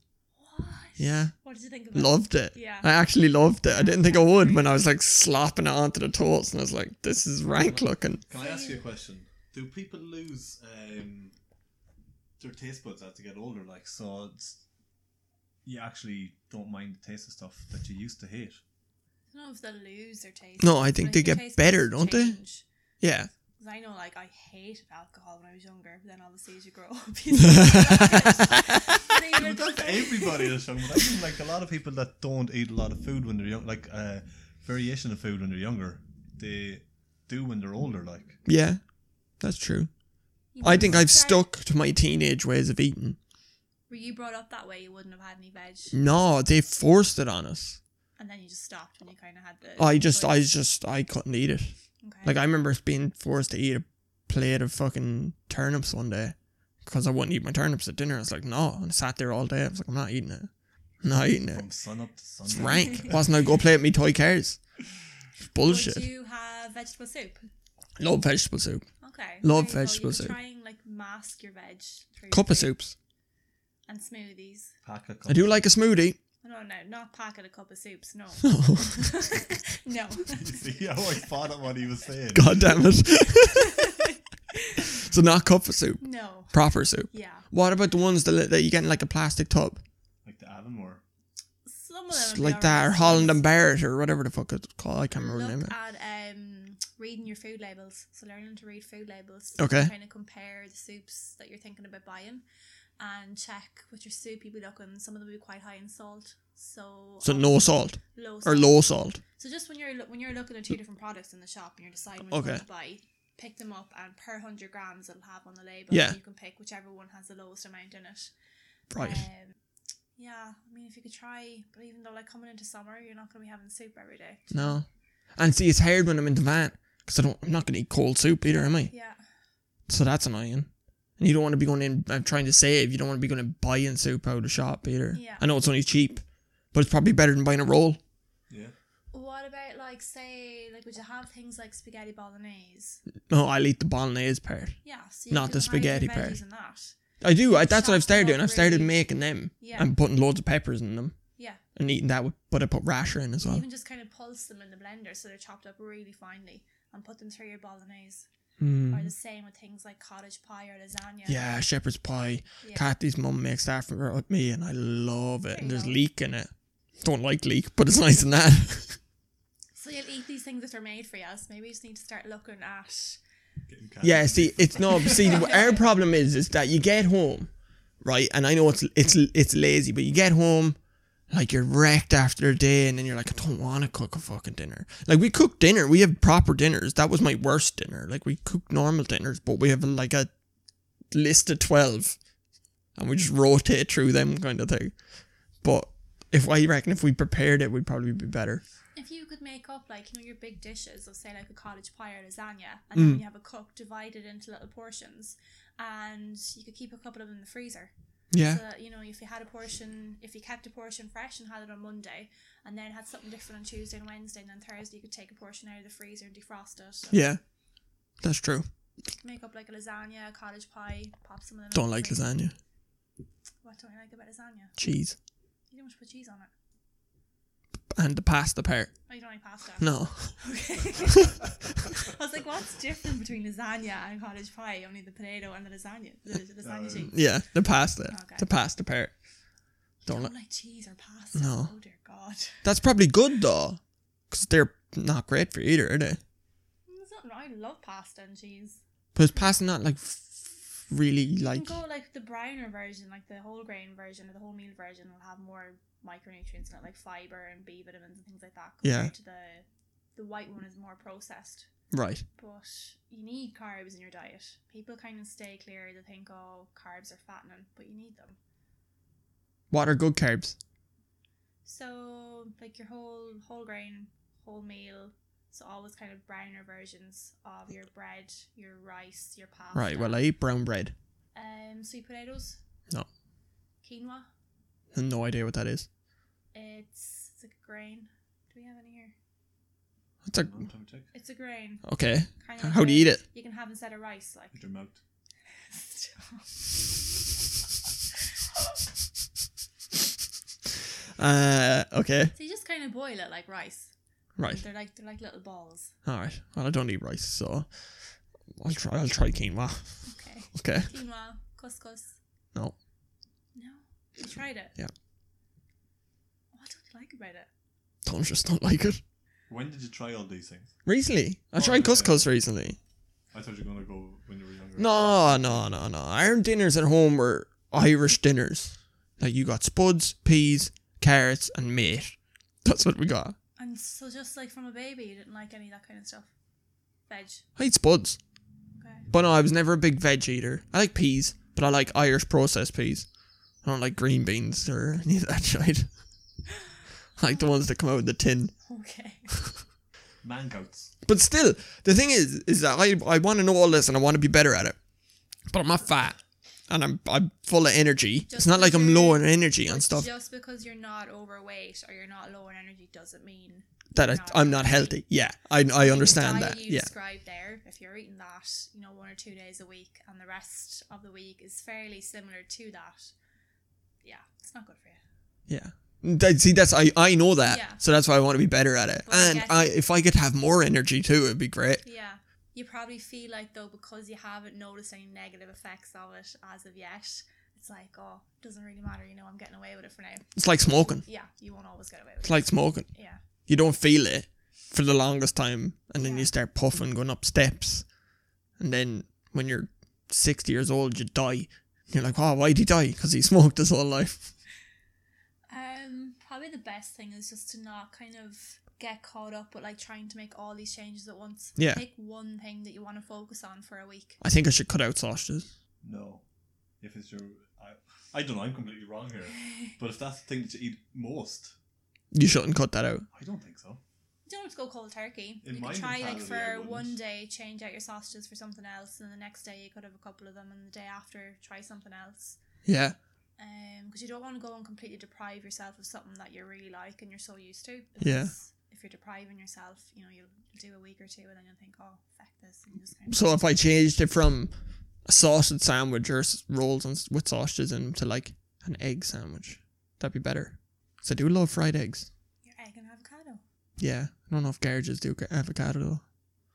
Speaker 3: what?
Speaker 1: Yeah,
Speaker 3: What did you think of it?
Speaker 1: loved it.
Speaker 3: Yeah.
Speaker 1: I actually loved it. I didn't think I would when I was like slopping it onto the toast, and I was like, "This is rank looking."
Speaker 2: Can I ask you a question? Do people lose um, their taste buds as they get older? Like, so it's, you actually don't mind the taste of stuff that you used to hate.
Speaker 3: I don't know if they lose their taste.
Speaker 1: No, I think they get better, don't they? Yeah.
Speaker 3: Because I know, like, I hated alcohol when I was younger, but then obviously as you grow up, you know,
Speaker 2: But that's everybody that's young. But I mean, like a lot of people that don't eat a lot of food when they're young, like uh, variation of food when they're younger, they do when they're older. Like,
Speaker 1: Yeah, that's true. I think I've stuck to my teenage ways of eating.
Speaker 3: Were you brought up that way? You wouldn't have had any veg,
Speaker 1: No, they forced it on us.
Speaker 3: and then you just stopped when you kind of had the.
Speaker 1: I just, I
Speaker 3: choice.
Speaker 1: just, I couldn't eat it.
Speaker 3: Okay.
Speaker 1: Like I remember being forced to eat a plate of fucking turnips one day because I wouldn't eat my turnips at dinner. I was like, no. And I sat there all day. I was like, I'm not eating it. I'm not eating it.
Speaker 2: From sun up to sun
Speaker 1: It's
Speaker 2: down.
Speaker 1: rank. Wasn't I go play with me toy cars? Bullshit.
Speaker 3: Would you have vegetable soup?
Speaker 1: Love vegetable soup.
Speaker 3: Okay.
Speaker 1: Love
Speaker 3: there you go.
Speaker 1: vegetable
Speaker 3: you could
Speaker 1: soup.
Speaker 3: Try and like mask your veg. through your
Speaker 1: Cup of
Speaker 3: food.
Speaker 1: soups.
Speaker 3: And smoothies.
Speaker 2: Pack a cup.
Speaker 1: I do like a smoothie.
Speaker 3: No, no, not packet a cup of soups. No.
Speaker 1: Oh,
Speaker 3: no.
Speaker 2: See how I thought of what he was saying.
Speaker 1: God damn it. so not cup of soup.
Speaker 3: no.
Speaker 1: Proper soup.
Speaker 3: Yeah.
Speaker 1: What about the ones that, that you get in like a plastic tub?
Speaker 2: Like the Avonmore.
Speaker 3: Some of them.
Speaker 1: It's
Speaker 3: would be
Speaker 1: like
Speaker 3: alright.
Speaker 1: that, or Holland and Barrett, or whatever the fuck it's called. I can't remember the name
Speaker 3: Look
Speaker 1: of it.
Speaker 3: at um, reading your food labels. So learning to read food labels.
Speaker 1: Okay.
Speaker 3: Kind of compare the soups that you're thinking about buying, and check what your soup you'll be looking. Some of them will be quite high in salt. So.
Speaker 1: So
Speaker 3: um,
Speaker 1: no salt
Speaker 3: Low salt.
Speaker 1: or low salt.
Speaker 3: So just when you're lo- when you're looking at two different products in the shop and you're deciding which
Speaker 1: Okay.
Speaker 3: one to buy, pick them up and per hundred grams it'll have on the label.
Speaker 1: Yeah.
Speaker 3: You can pick whichever one has the lowest amount in it.
Speaker 1: Right.
Speaker 3: Um, yeah, I mean if you could try, but even though like coming into summer, you're not gonna be having soup every day.
Speaker 1: No. And see, it's hard when I'm in the van because I don't. I'm not gonna eat cold soup either, am I?
Speaker 3: Yeah.
Speaker 1: So that's annoying. And you don't want to be going in. I'm trying to save. You don't want to be going and buying soup out of the shop either.
Speaker 3: Yeah.
Speaker 1: I know it's only cheap, but it's probably better than buying a roll.
Speaker 2: Yeah.
Speaker 3: What about like say like would you have things like spaghetti bolognese?
Speaker 1: No, I'll eat the bolognese part.
Speaker 3: Yeah. So you
Speaker 1: Not
Speaker 3: can
Speaker 1: the
Speaker 3: hide your
Speaker 1: spaghetti
Speaker 3: veggies
Speaker 1: part.
Speaker 3: and that.
Speaker 1: I do. I, that's what I've started
Speaker 3: Chop them
Speaker 1: doing.
Speaker 3: up
Speaker 1: I've started
Speaker 3: really-
Speaker 1: making them.
Speaker 3: Yeah.
Speaker 1: And putting loads of peppers in them
Speaker 3: Yeah.
Speaker 1: and eating that. With, but I put rasher in as well.
Speaker 3: Even just kind of pulse them in the blender so they're chopped up really finely and put them through your bolognese.
Speaker 1: Hmm.
Speaker 3: Or the same with things like cottage pie or lasagna.
Speaker 1: Yeah, shepherd's pie.
Speaker 3: Yeah.
Speaker 1: Kathy's mum makes that for me, and I love it.
Speaker 3: There
Speaker 1: And
Speaker 3: you
Speaker 1: there's
Speaker 3: go.
Speaker 1: leek in it. Don't like leek, but it's nice in that.
Speaker 3: So you'll eat these things that are made for you. So maybe you just need to start looking at.
Speaker 2: Getting
Speaker 1: yeah, see, it's no. See, the- our problem is is that you get home, right? And I know it's it's it's lazy, but you get home, like you're wrecked after a day, and then you're like, I don't want to cook a fucking dinner. Like we cook dinner, we have proper dinners. That was my worst dinner. Like we cook normal dinners, but we have like a list of twelve, and we just rotate through them kind of thing. But if I reckon if we prepared it, we'd probably be better.
Speaker 3: If you could make up, like, you know, your big dishes of, say, like a cottage pie or lasagna, and
Speaker 1: Mm.
Speaker 3: then you have a cook divided into little portions, and you could keep a couple of them in the freezer.
Speaker 1: Yeah.
Speaker 3: So that, you know, if you had a portion, if you kept a portion fresh and had it on Monday, and then had something different on Tuesday and Wednesday, and then Thursday, you could take a portion out of the freezer and defrost it. So
Speaker 1: Yeah. That's true.
Speaker 3: Make up, like, a lasagna, a cottage pie, pop some of them in
Speaker 1: Don't
Speaker 3: the
Speaker 1: like
Speaker 3: freezer.
Speaker 1: lasagna.
Speaker 3: What don't I like about lasagna?
Speaker 1: Cheese.
Speaker 3: You don't want to put cheese on it.
Speaker 1: And the pasta part.
Speaker 3: Oh, you don't like pasta.
Speaker 1: No.
Speaker 3: Okay. I was like, what's different between lasagna and cottage pie? Only the potato and the lasagna. The the lasagna
Speaker 2: No.
Speaker 3: sheet.
Speaker 1: Yeah, the pasta.
Speaker 3: Okay.
Speaker 1: The pasta part.
Speaker 3: I
Speaker 1: Don't
Speaker 3: don't
Speaker 1: like.
Speaker 3: like cheese or pasta.
Speaker 1: No.
Speaker 3: Oh dear God.
Speaker 1: That's probably good though, because they're not great for you either, are they?
Speaker 3: There's nothing wrong. I love pasta and cheese.
Speaker 1: But is pasta not like f- really
Speaker 3: You
Speaker 1: like?
Speaker 3: can go like the browner version, like the whole grain version or the whole meal version will have more micronutrients in it, like fiber and B vitamins and things like that. Compared
Speaker 1: Yeah.
Speaker 3: to the the white one is more processed.
Speaker 1: Right.
Speaker 3: But you need carbs in your diet. People kind of stay clear. They think, oh, carbs are fattening, but you need them.
Speaker 1: What are good carbs?
Speaker 3: So like your whole whole grain, whole meal. So always kind of browner versions of your bread, your rice, your pasta.
Speaker 1: Right. Well, I eat brown bread.
Speaker 3: um sweet potatoes.
Speaker 1: No.
Speaker 3: Quinoa.
Speaker 1: I have no idea what that is.
Speaker 3: It's it's a grain. Do we have any here?
Speaker 1: That's a
Speaker 3: Mm-hmm. It's a grain.
Speaker 1: okay.
Speaker 3: Kind
Speaker 1: How do you eat it?
Speaker 3: You can have instead of rice, like.
Speaker 2: With your mouth.
Speaker 1: Uh. Okay.
Speaker 3: so you just kind of boil it like rice.
Speaker 1: Right.
Speaker 3: They're like they're like little balls.
Speaker 1: All right. Well, I don't eat rice, so I'll try. I'll try quinoa.
Speaker 3: Okay.
Speaker 1: Okay.
Speaker 3: Quinoa, couscous.
Speaker 1: No.
Speaker 3: No. You tried it.
Speaker 1: Yeah.
Speaker 3: What don't you like about it?
Speaker 1: Don't just don't like it.
Speaker 2: When did you try all these things?
Speaker 1: Recently, I
Speaker 2: Oh,
Speaker 1: tried
Speaker 2: okay.
Speaker 1: couscous recently.
Speaker 2: I thought you were gonna go when you were younger.
Speaker 1: No, no, no, no. Our dinners at home were Irish dinners. Like you got spuds, peas, carrots, and meat. That's what we got.
Speaker 3: And so, just like from a baby, you didn't like any of that kind of stuff. Veg.
Speaker 1: I eat spuds,
Speaker 3: Okay.
Speaker 1: but no, I was never a big veg eater. I like peas, but I like Irish processed peas. I don't like green beans or any of that shit. I like the ones that come out of the tin.
Speaker 3: Okay.
Speaker 2: Man goats.
Speaker 1: But still, the thing is, is that I, I want to know all this and I want to be better at it. But I'm not fat. And I'm, I'm full of energy. it's
Speaker 3: Just
Speaker 1: not like I'm
Speaker 3: because
Speaker 1: low
Speaker 3: you're-
Speaker 1: on energy
Speaker 3: But
Speaker 1: on stuff
Speaker 3: Just because you're not overweight or you're not low in energy doesn't mean
Speaker 1: that I,
Speaker 3: you're
Speaker 1: I'm not healthy. Yeah, I, I
Speaker 3: the
Speaker 1: understand
Speaker 3: diet
Speaker 1: that.
Speaker 3: You
Speaker 1: Yeah.
Speaker 3: described there, if you're eating that, you know, one or two days a week, and the rest of the week is fairly similar to that. Yeah, it's not good for you.
Speaker 1: Yeah. That- see, that's I, I know that.
Speaker 3: Yeah.
Speaker 1: So that's why I want to be better at it.
Speaker 3: But I
Speaker 1: and
Speaker 3: guess-
Speaker 1: I if I could have more energy too, it'd be great.
Speaker 3: Yeah. You probably feel like though because you haven't noticed any negative effects of it as of yet, it's like, oh, it doesn't really matter, you know, I'm getting away with it for now.
Speaker 1: It's like smoking.
Speaker 3: Yeah, you won't always get away
Speaker 1: It's
Speaker 3: with it.
Speaker 1: like smoking.
Speaker 3: Yeah.
Speaker 1: You don't feel it for the longest time, and then
Speaker 3: Yeah.
Speaker 1: you start puffing, going up steps, and then when you're sixty years old, you die. You're like, oh, why'd he die? Because he smoked his whole life.
Speaker 3: Um, probably the best thing is just to not kind of get caught up with like trying to make all these changes at once.
Speaker 1: Yeah.
Speaker 3: Pick one thing that you want to focus on for a week.
Speaker 1: I think I should cut out sausages.
Speaker 2: No. If it's your. I, I don't know, I'm completely wrong here. But if that's the thing that you eat most,
Speaker 1: You shouldn't cut that out.
Speaker 2: I don't think so.
Speaker 3: You don't have to go cold turkey.
Speaker 2: In
Speaker 3: you
Speaker 2: my
Speaker 3: could try like
Speaker 2: mentality, I
Speaker 3: for
Speaker 2: wouldn't.
Speaker 3: one day, change out your sausages for something else, and the next day you could have a couple of them, and the day after try something else.
Speaker 1: Yeah.
Speaker 3: Because you don't want to go and completely deprive yourself of something that you really like and you're so used to.
Speaker 1: Yeah.
Speaker 3: because If you're depriving yourself, you know you'll do a week or two, and then you'll think, oh, fuck this, and you just kind of
Speaker 1: So if I changed it from a sausage sandwich or s- rolls on, s- with sausages in to like an egg sandwich, that'd be better. Because I do love fried eggs.
Speaker 3: your egg and avocado.
Speaker 1: Yeah, I don't know if garages do ca- avocado though.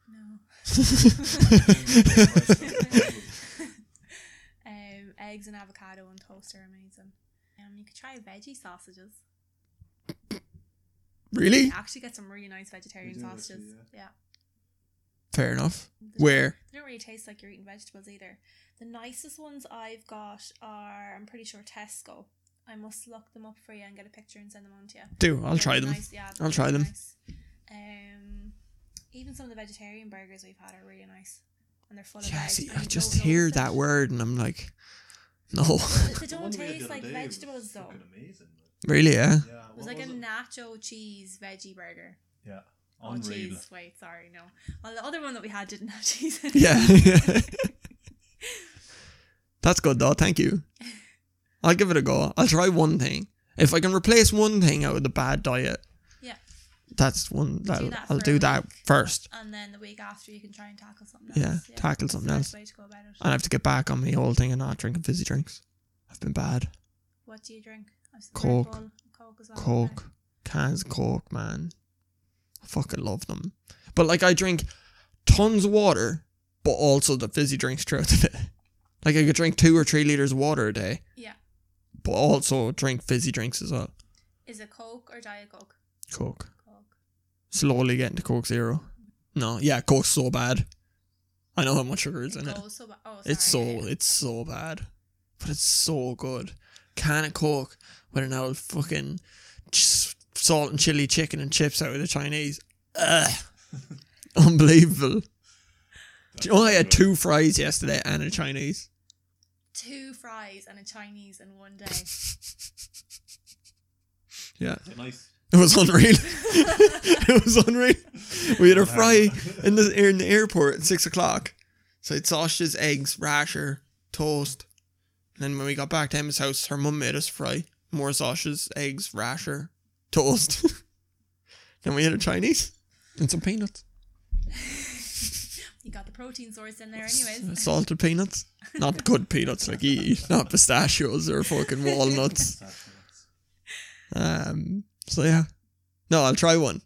Speaker 3: No. um, eggs and avocado and toast are amazing. Um, you could try veggie sausages.
Speaker 1: really?
Speaker 3: You actually get some really nice vegetarian
Speaker 2: do, actually,
Speaker 3: sausages. yeah.
Speaker 1: Fair enough.
Speaker 3: They don't-
Speaker 1: Where?
Speaker 3: They don't really taste like you're eating vegetables either. The nicest ones I've got are, I'm pretty sure, Tesco. I must look them up for you and get a picture and send them on to you.
Speaker 1: Do I'll
Speaker 3: They're
Speaker 1: try
Speaker 3: really
Speaker 1: them.
Speaker 3: nice, yeah,
Speaker 1: I'll
Speaker 3: they're
Speaker 1: try
Speaker 3: really
Speaker 1: them.
Speaker 3: nice. Um, even some of the vegetarian burgers we've had are really nice, and they're full of.
Speaker 1: Yeah,
Speaker 3: veg,
Speaker 1: see,
Speaker 3: and
Speaker 1: I
Speaker 3: you
Speaker 1: just
Speaker 3: don't
Speaker 1: hear
Speaker 3: notice
Speaker 1: that
Speaker 3: it.
Speaker 1: word and I'm like, no,
Speaker 3: They don't taste like vegetables though.
Speaker 2: Amazing.
Speaker 1: really? Yeah.
Speaker 2: Yeah,
Speaker 3: It was like a nacho cheese veggie burger.
Speaker 2: Yeah.
Speaker 3: Oh,
Speaker 2: Unreal.
Speaker 3: cheese. Wait, sorry, no. Well, the other one that we had didn't have cheese. in it.
Speaker 1: Yeah. That's good though. Thank you. I'll give it a go. I'll try one thing. If I can replace one thing out of the bad diet,
Speaker 3: Yeah.
Speaker 1: that's one that
Speaker 3: that
Speaker 1: I'll
Speaker 3: for
Speaker 1: do
Speaker 3: a
Speaker 1: that
Speaker 3: week.
Speaker 1: first.
Speaker 3: And then the week after, you can try and tackle something
Speaker 1: Yeah,
Speaker 3: else.
Speaker 1: tackle
Speaker 3: that's the
Speaker 1: something else.
Speaker 3: best
Speaker 1: Uh,
Speaker 3: way to go about it.
Speaker 1: And I have to get back on my whole thing and not drinking fizzy drinks. I've been bad.
Speaker 3: What do you drink? I've seen Red
Speaker 1: Coke.
Speaker 3: Bull, Coke as well.
Speaker 1: Coke, cans of Coke, man. I fucking love them. But like, I drink tons of water, but also the fizzy drinks throughout the day. Like, I could drink two or three liters of water a day,
Speaker 3: Yeah.
Speaker 1: but also drink fizzy drinks as well.
Speaker 3: Is it Coke or Diet Coke?
Speaker 1: Coke.
Speaker 3: Coke.
Speaker 1: Slowly getting to Coke Zero. No, yeah, Coke's so bad. I know how much sugar is in it.
Speaker 3: goes so ba- oh,
Speaker 1: It's so
Speaker 3: sorry.
Speaker 1: it's so bad, but it's so good. Can of Coke with an old fucking ch- salt and chili chicken and chips out of the Chinese. Ugh. Unbelievable. Do you know I had two fries yesterday and a Chinese?
Speaker 3: two fries and a Chinese in one day.
Speaker 1: Yeah.
Speaker 2: Nice.
Speaker 1: It was unreal. it was unreal. We had a fry in the in the airport at six o'clock. So it's sausages, eggs, rasher, toast. And then when we got back to Emma's house, her mum made us fry more sausages, eggs, rasher, toast. then we had a Chinese and some peanuts,
Speaker 3: You got the protein source in there,
Speaker 1: S-
Speaker 3: anyways.
Speaker 1: salted peanuts, not good peanuts like you eat, not pistachios or fucking walnuts. Um. So yeah, no, I'll try one.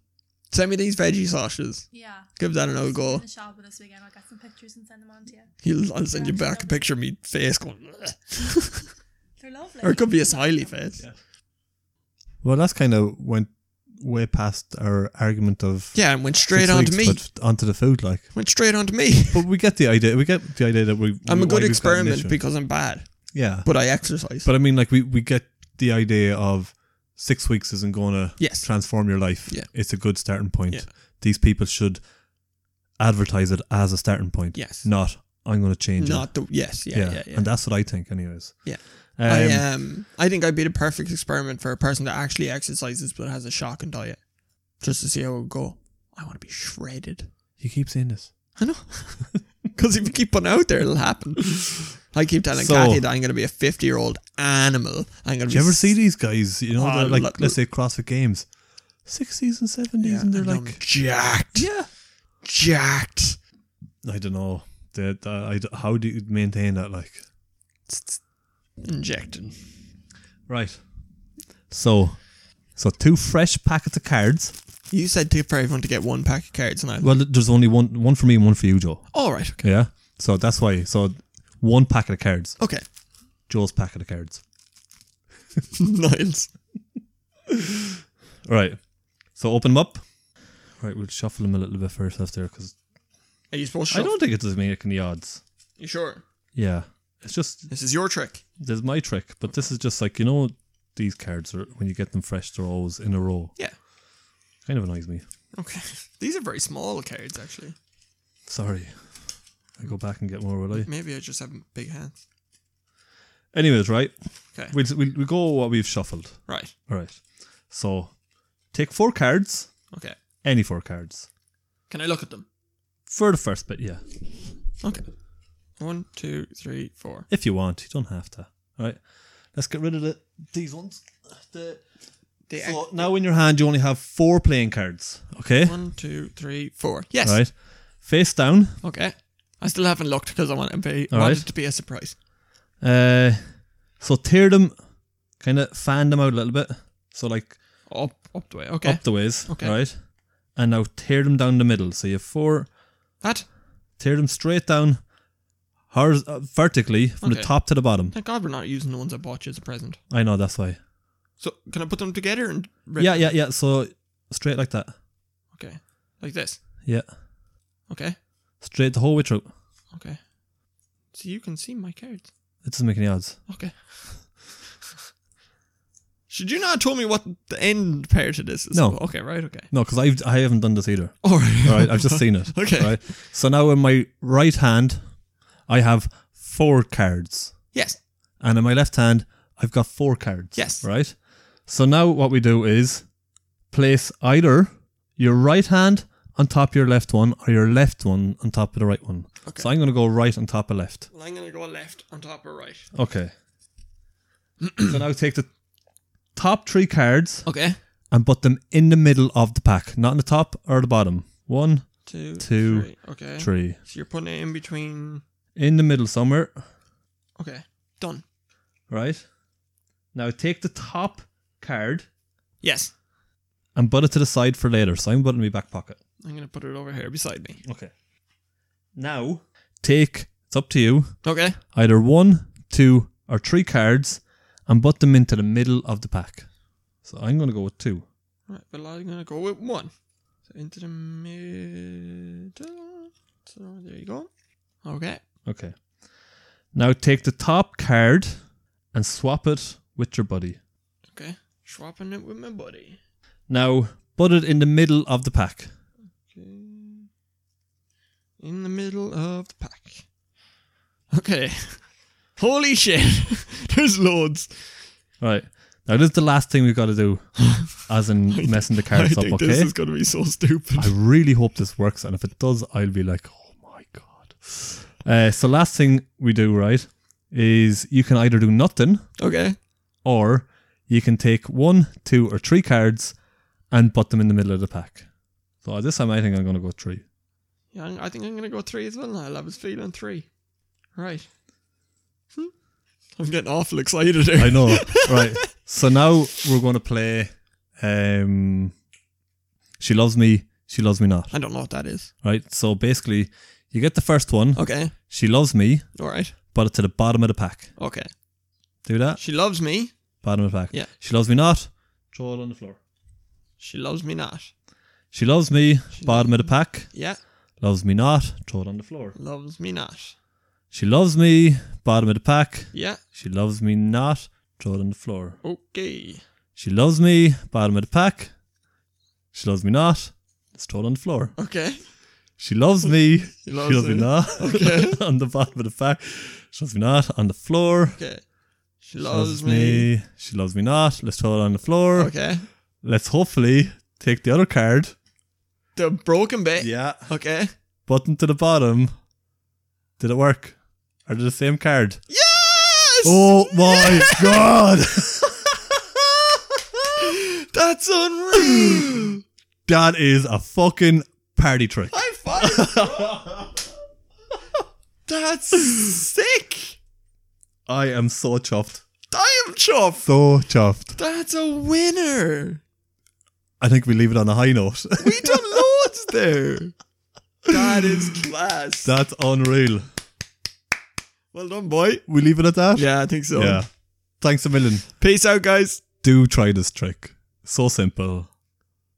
Speaker 1: Send me these veggie sausages.
Speaker 3: Yeah.
Speaker 1: Give that another
Speaker 3: In
Speaker 1: go.
Speaker 3: the shop this weekend, I'll get some pictures and send them on to you.
Speaker 1: He'll, I'll send you back a picture of me face going, "Ugh."
Speaker 3: They're lovely.
Speaker 1: or it could be a smiley face.
Speaker 2: Yeah. Well, that's kind of went way past our argument of
Speaker 1: Yeah, and went straight
Speaker 2: six
Speaker 1: on to
Speaker 2: weeks,
Speaker 1: me.
Speaker 2: but onto the food. Like,
Speaker 1: Went straight on to me.
Speaker 2: but we get the idea. We get the idea that we.
Speaker 1: I'm a
Speaker 2: why we've got
Speaker 1: good
Speaker 2: an
Speaker 1: experiment
Speaker 2: issue.
Speaker 1: because I'm bad,
Speaker 2: yeah,
Speaker 1: but I exercise.
Speaker 2: but I mean, like, we we get the idea of six weeks isn't going to
Speaker 1: Yes.
Speaker 2: transform your life.
Speaker 1: Yeah.
Speaker 2: it's a good starting point.
Speaker 1: Yeah.
Speaker 2: These people should advertise it as a starting point.
Speaker 1: Yes.
Speaker 2: not I'm going to change it.
Speaker 1: Not the yes, yeah, yeah, yeah.
Speaker 2: and that's what I think, anyways.
Speaker 1: Yeah.
Speaker 2: um,
Speaker 1: I um, I think I'd be the perfect experiment for a person that actually exercises but has a shocking diet, just to see how it would go. I want to be shredded.
Speaker 2: You keep saying this.
Speaker 1: I know. Because if you keep putting out there, it'll happen. I keep telling
Speaker 2: So-
Speaker 1: Kathy that I'm going to be a 50 year old animal. I'm going to
Speaker 2: Do you ever see these guys? You know,
Speaker 1: Oh,
Speaker 2: they're like
Speaker 1: look-
Speaker 2: let's say CrossFit games, sixties and seventies, and they're like,
Speaker 1: jacked,
Speaker 2: yeah,
Speaker 1: jacked.
Speaker 2: I don't know. That I, I- how do you maintain that? Like,
Speaker 1: Injected.
Speaker 2: right. So, so two fresh packets of cards.
Speaker 1: You said to for everyone to get one pack of cards, and I.
Speaker 2: Well, there's only one, one for me and one for you, Joe.
Speaker 1: All right, okay.
Speaker 2: Yeah. So that's why. So one packet of cards,
Speaker 1: Okay.
Speaker 2: Joe's packet of cards.
Speaker 1: Niles.
Speaker 2: All right. So open them up. Right, we'll shuffle them a little bit first after because
Speaker 1: Are you supposed to?
Speaker 2: I don't think it does make any odds.
Speaker 1: You sure?
Speaker 2: Yeah, it's just
Speaker 1: This is your trick.
Speaker 2: there's my trick, but this is just like you know these cards are when you get them fresh, they're always in a row.
Speaker 1: Yeah.
Speaker 2: Kind of annoys me.
Speaker 1: Okay. These are very small cards, actually.
Speaker 2: Sorry, I go back and get more, will I?
Speaker 1: Maybe I just have big hands.
Speaker 2: Anyways, right,
Speaker 1: Okay.
Speaker 2: we'll, we'll we'll go what we've shuffled.
Speaker 1: Right.
Speaker 2: All right, so take four cards,
Speaker 1: Okay.
Speaker 2: any four cards
Speaker 1: Can I look at them?
Speaker 2: for the first bit. Yeah,
Speaker 1: Okay. One, two, three, four.
Speaker 2: if you want, you don't have to. All right, let's get rid of the these ones. The,
Speaker 1: The
Speaker 2: so now in your hand, you only have four playing cards. Okay,
Speaker 1: One, two, three, four. Yes.
Speaker 2: right, face down.
Speaker 1: Okay. I still haven't looked because I want, it to be-
Speaker 2: All
Speaker 1: want
Speaker 2: right.
Speaker 1: it to be a surprise.
Speaker 2: Uh, so tear them, kind of fan them out a little bit. So like
Speaker 1: Up, up the way. Okay.
Speaker 2: up the ways,
Speaker 1: Okay.
Speaker 2: right? And now tear them down the middle. So you have four.
Speaker 1: That.
Speaker 2: Tear them straight down, horiz- uh, vertically from
Speaker 1: Okay.
Speaker 2: the top to the bottom.
Speaker 1: Thank God we're not using the ones I bought you as a present.
Speaker 2: I know that's why.
Speaker 1: So can I put them together and rip?
Speaker 2: Yeah, yeah, yeah. So straight like that.
Speaker 1: Okay. Like this.
Speaker 2: Yeah,
Speaker 1: Okay.
Speaker 2: straight the whole way through.
Speaker 1: Okay. So you can see my cards.
Speaker 2: It doesn't make any odds.
Speaker 1: Okay. Should you not have told me what the end pair to this is?
Speaker 2: No.
Speaker 1: Okay. Right. Okay.
Speaker 2: No, because I've I haven't done this either.
Speaker 1: All right.
Speaker 2: All right, I've just seen it.
Speaker 1: Okay.
Speaker 2: Right. So now in my right hand, I have four cards.
Speaker 1: Yes.
Speaker 2: and in my left hand I've got four cards.
Speaker 1: Yes.
Speaker 2: Right. So now what we do is place either your right hand on top of your left one or your left one on top of the right one.
Speaker 1: Okay.
Speaker 2: So I'm going to go right on top of left.
Speaker 1: Well, I'm gonna go left on top or right.
Speaker 2: Okay. so now take the top three cards
Speaker 1: Okay.
Speaker 2: and put them in the middle of the pack, not in the top or the bottom. One,
Speaker 1: Two.
Speaker 2: Two,
Speaker 1: three. Okay.
Speaker 2: three.
Speaker 1: So you're putting it in between.
Speaker 2: In the middle somewhere,
Speaker 1: Okay. Done.
Speaker 2: right? Now take the top card
Speaker 1: Yes.
Speaker 2: and put it to the side for later. So I'm putting it in my back pocket.
Speaker 1: I'm gonna put it over here beside me.
Speaker 2: Okay. Now take it's up to you
Speaker 1: Okay.
Speaker 2: either one, two, or three cards, and put them into the middle of the pack. So I'm going to go with two.
Speaker 1: Right. Well, I'm gonna go with one. So into the middle. So there you go. Okay.
Speaker 2: Okay. Now take the top card and swap it with your buddy.
Speaker 1: Okay. Swapping it with my buddy.
Speaker 2: Now put it in the middle of the pack.
Speaker 1: Okay. In the middle of the pack. Okay. Holy shit. There's loads.
Speaker 2: Right. Now this is the last thing we've got to do, as in messing the
Speaker 1: I
Speaker 2: cards up.
Speaker 1: think
Speaker 2: Okay.
Speaker 1: this is gonna be so stupid.
Speaker 2: I really hope this works, and if it does, I'll be like, oh my god. Uh, so last thing we do right is you can either do nothing
Speaker 1: Okay.
Speaker 2: or you can take one, two, or three cards and put them in the middle of the pack. So this time I think I'm gonna go three.
Speaker 1: Yeah, I'm- I think I'm gonna go three as well. Now. I was feeling three. Right. Hmm. I'm getting awful excited here.
Speaker 2: I know, right? So now we're gonna play. Um, she loves me. She loves me not.
Speaker 1: I don't know what that is.
Speaker 2: Right. So basically, you get the first one.
Speaker 1: Okay.
Speaker 2: She loves me.
Speaker 1: All right.
Speaker 2: Put it to the bottom of the pack.
Speaker 1: Okay.
Speaker 2: Do that.
Speaker 1: She loves me.
Speaker 2: Bottom of the pack.
Speaker 1: Yeah.
Speaker 2: She loves me not. Throw it on the floor.
Speaker 1: She loves me not.
Speaker 2: She loves me.
Speaker 1: She
Speaker 2: bottom of the pack.
Speaker 1: Yeah.
Speaker 2: Loves me not. Throw it on the floor.
Speaker 1: Loves me not.
Speaker 2: She loves me. Bottom of the pack.
Speaker 1: Yeah.
Speaker 2: She loves me not. Throw it on the floor.
Speaker 1: Okay.
Speaker 2: She loves me. Bottom of the pack. She loves me not. Let's throw it on the floor.
Speaker 1: Okay.
Speaker 2: She loves me. she
Speaker 1: loves
Speaker 2: loves me
Speaker 1: it.
Speaker 2: not.
Speaker 1: Okay.
Speaker 2: on the bottom of the pack. She loves me not. On the floor.
Speaker 1: Okay. She
Speaker 2: She
Speaker 1: loves me.
Speaker 2: She loves me not. Let's throw it on the floor.
Speaker 1: Okay.
Speaker 2: Let's hopefully take the other card
Speaker 1: The broken bit.
Speaker 2: Yeah.
Speaker 1: Okay.
Speaker 2: Button to the bottom. Did it work? Are they the same card?
Speaker 1: Yes!
Speaker 2: Oh my god!
Speaker 1: That's unreal.
Speaker 2: That is a fucking party trick.
Speaker 1: High five. That's sick.
Speaker 2: I am so chuffed.
Speaker 1: I am chuffed.
Speaker 2: So chuffed.
Speaker 1: That's a winner.
Speaker 2: I think we leave it on a high note.
Speaker 1: We done loads there. That is class.
Speaker 2: That's unreal.
Speaker 1: well done, boy.
Speaker 2: We leave it at that?
Speaker 1: Yeah, I think so.
Speaker 2: Yeah. Thanks a million.
Speaker 1: Peace out, guys.
Speaker 2: Do try this trick. So simple.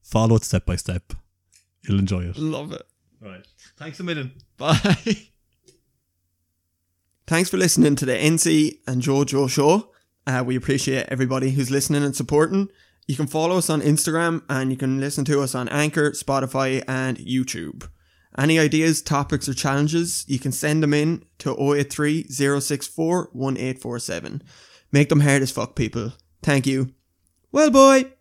Speaker 2: Follow it step by step. You'll enjoy it.
Speaker 1: Love it.
Speaker 2: Right. Thanks a million.
Speaker 1: Bye. Thanks for listening to the NC and JoJo show. Uh, we appreciate everybody who's listening and supporting. You can follow us on Instagram and you can listen to us on Anchor, Spotify, and YouTube. Any ideas, topics, or challenges, you can send them in to 083 064 1847. Make them hard as fuck, people. Thank you. Well, boy.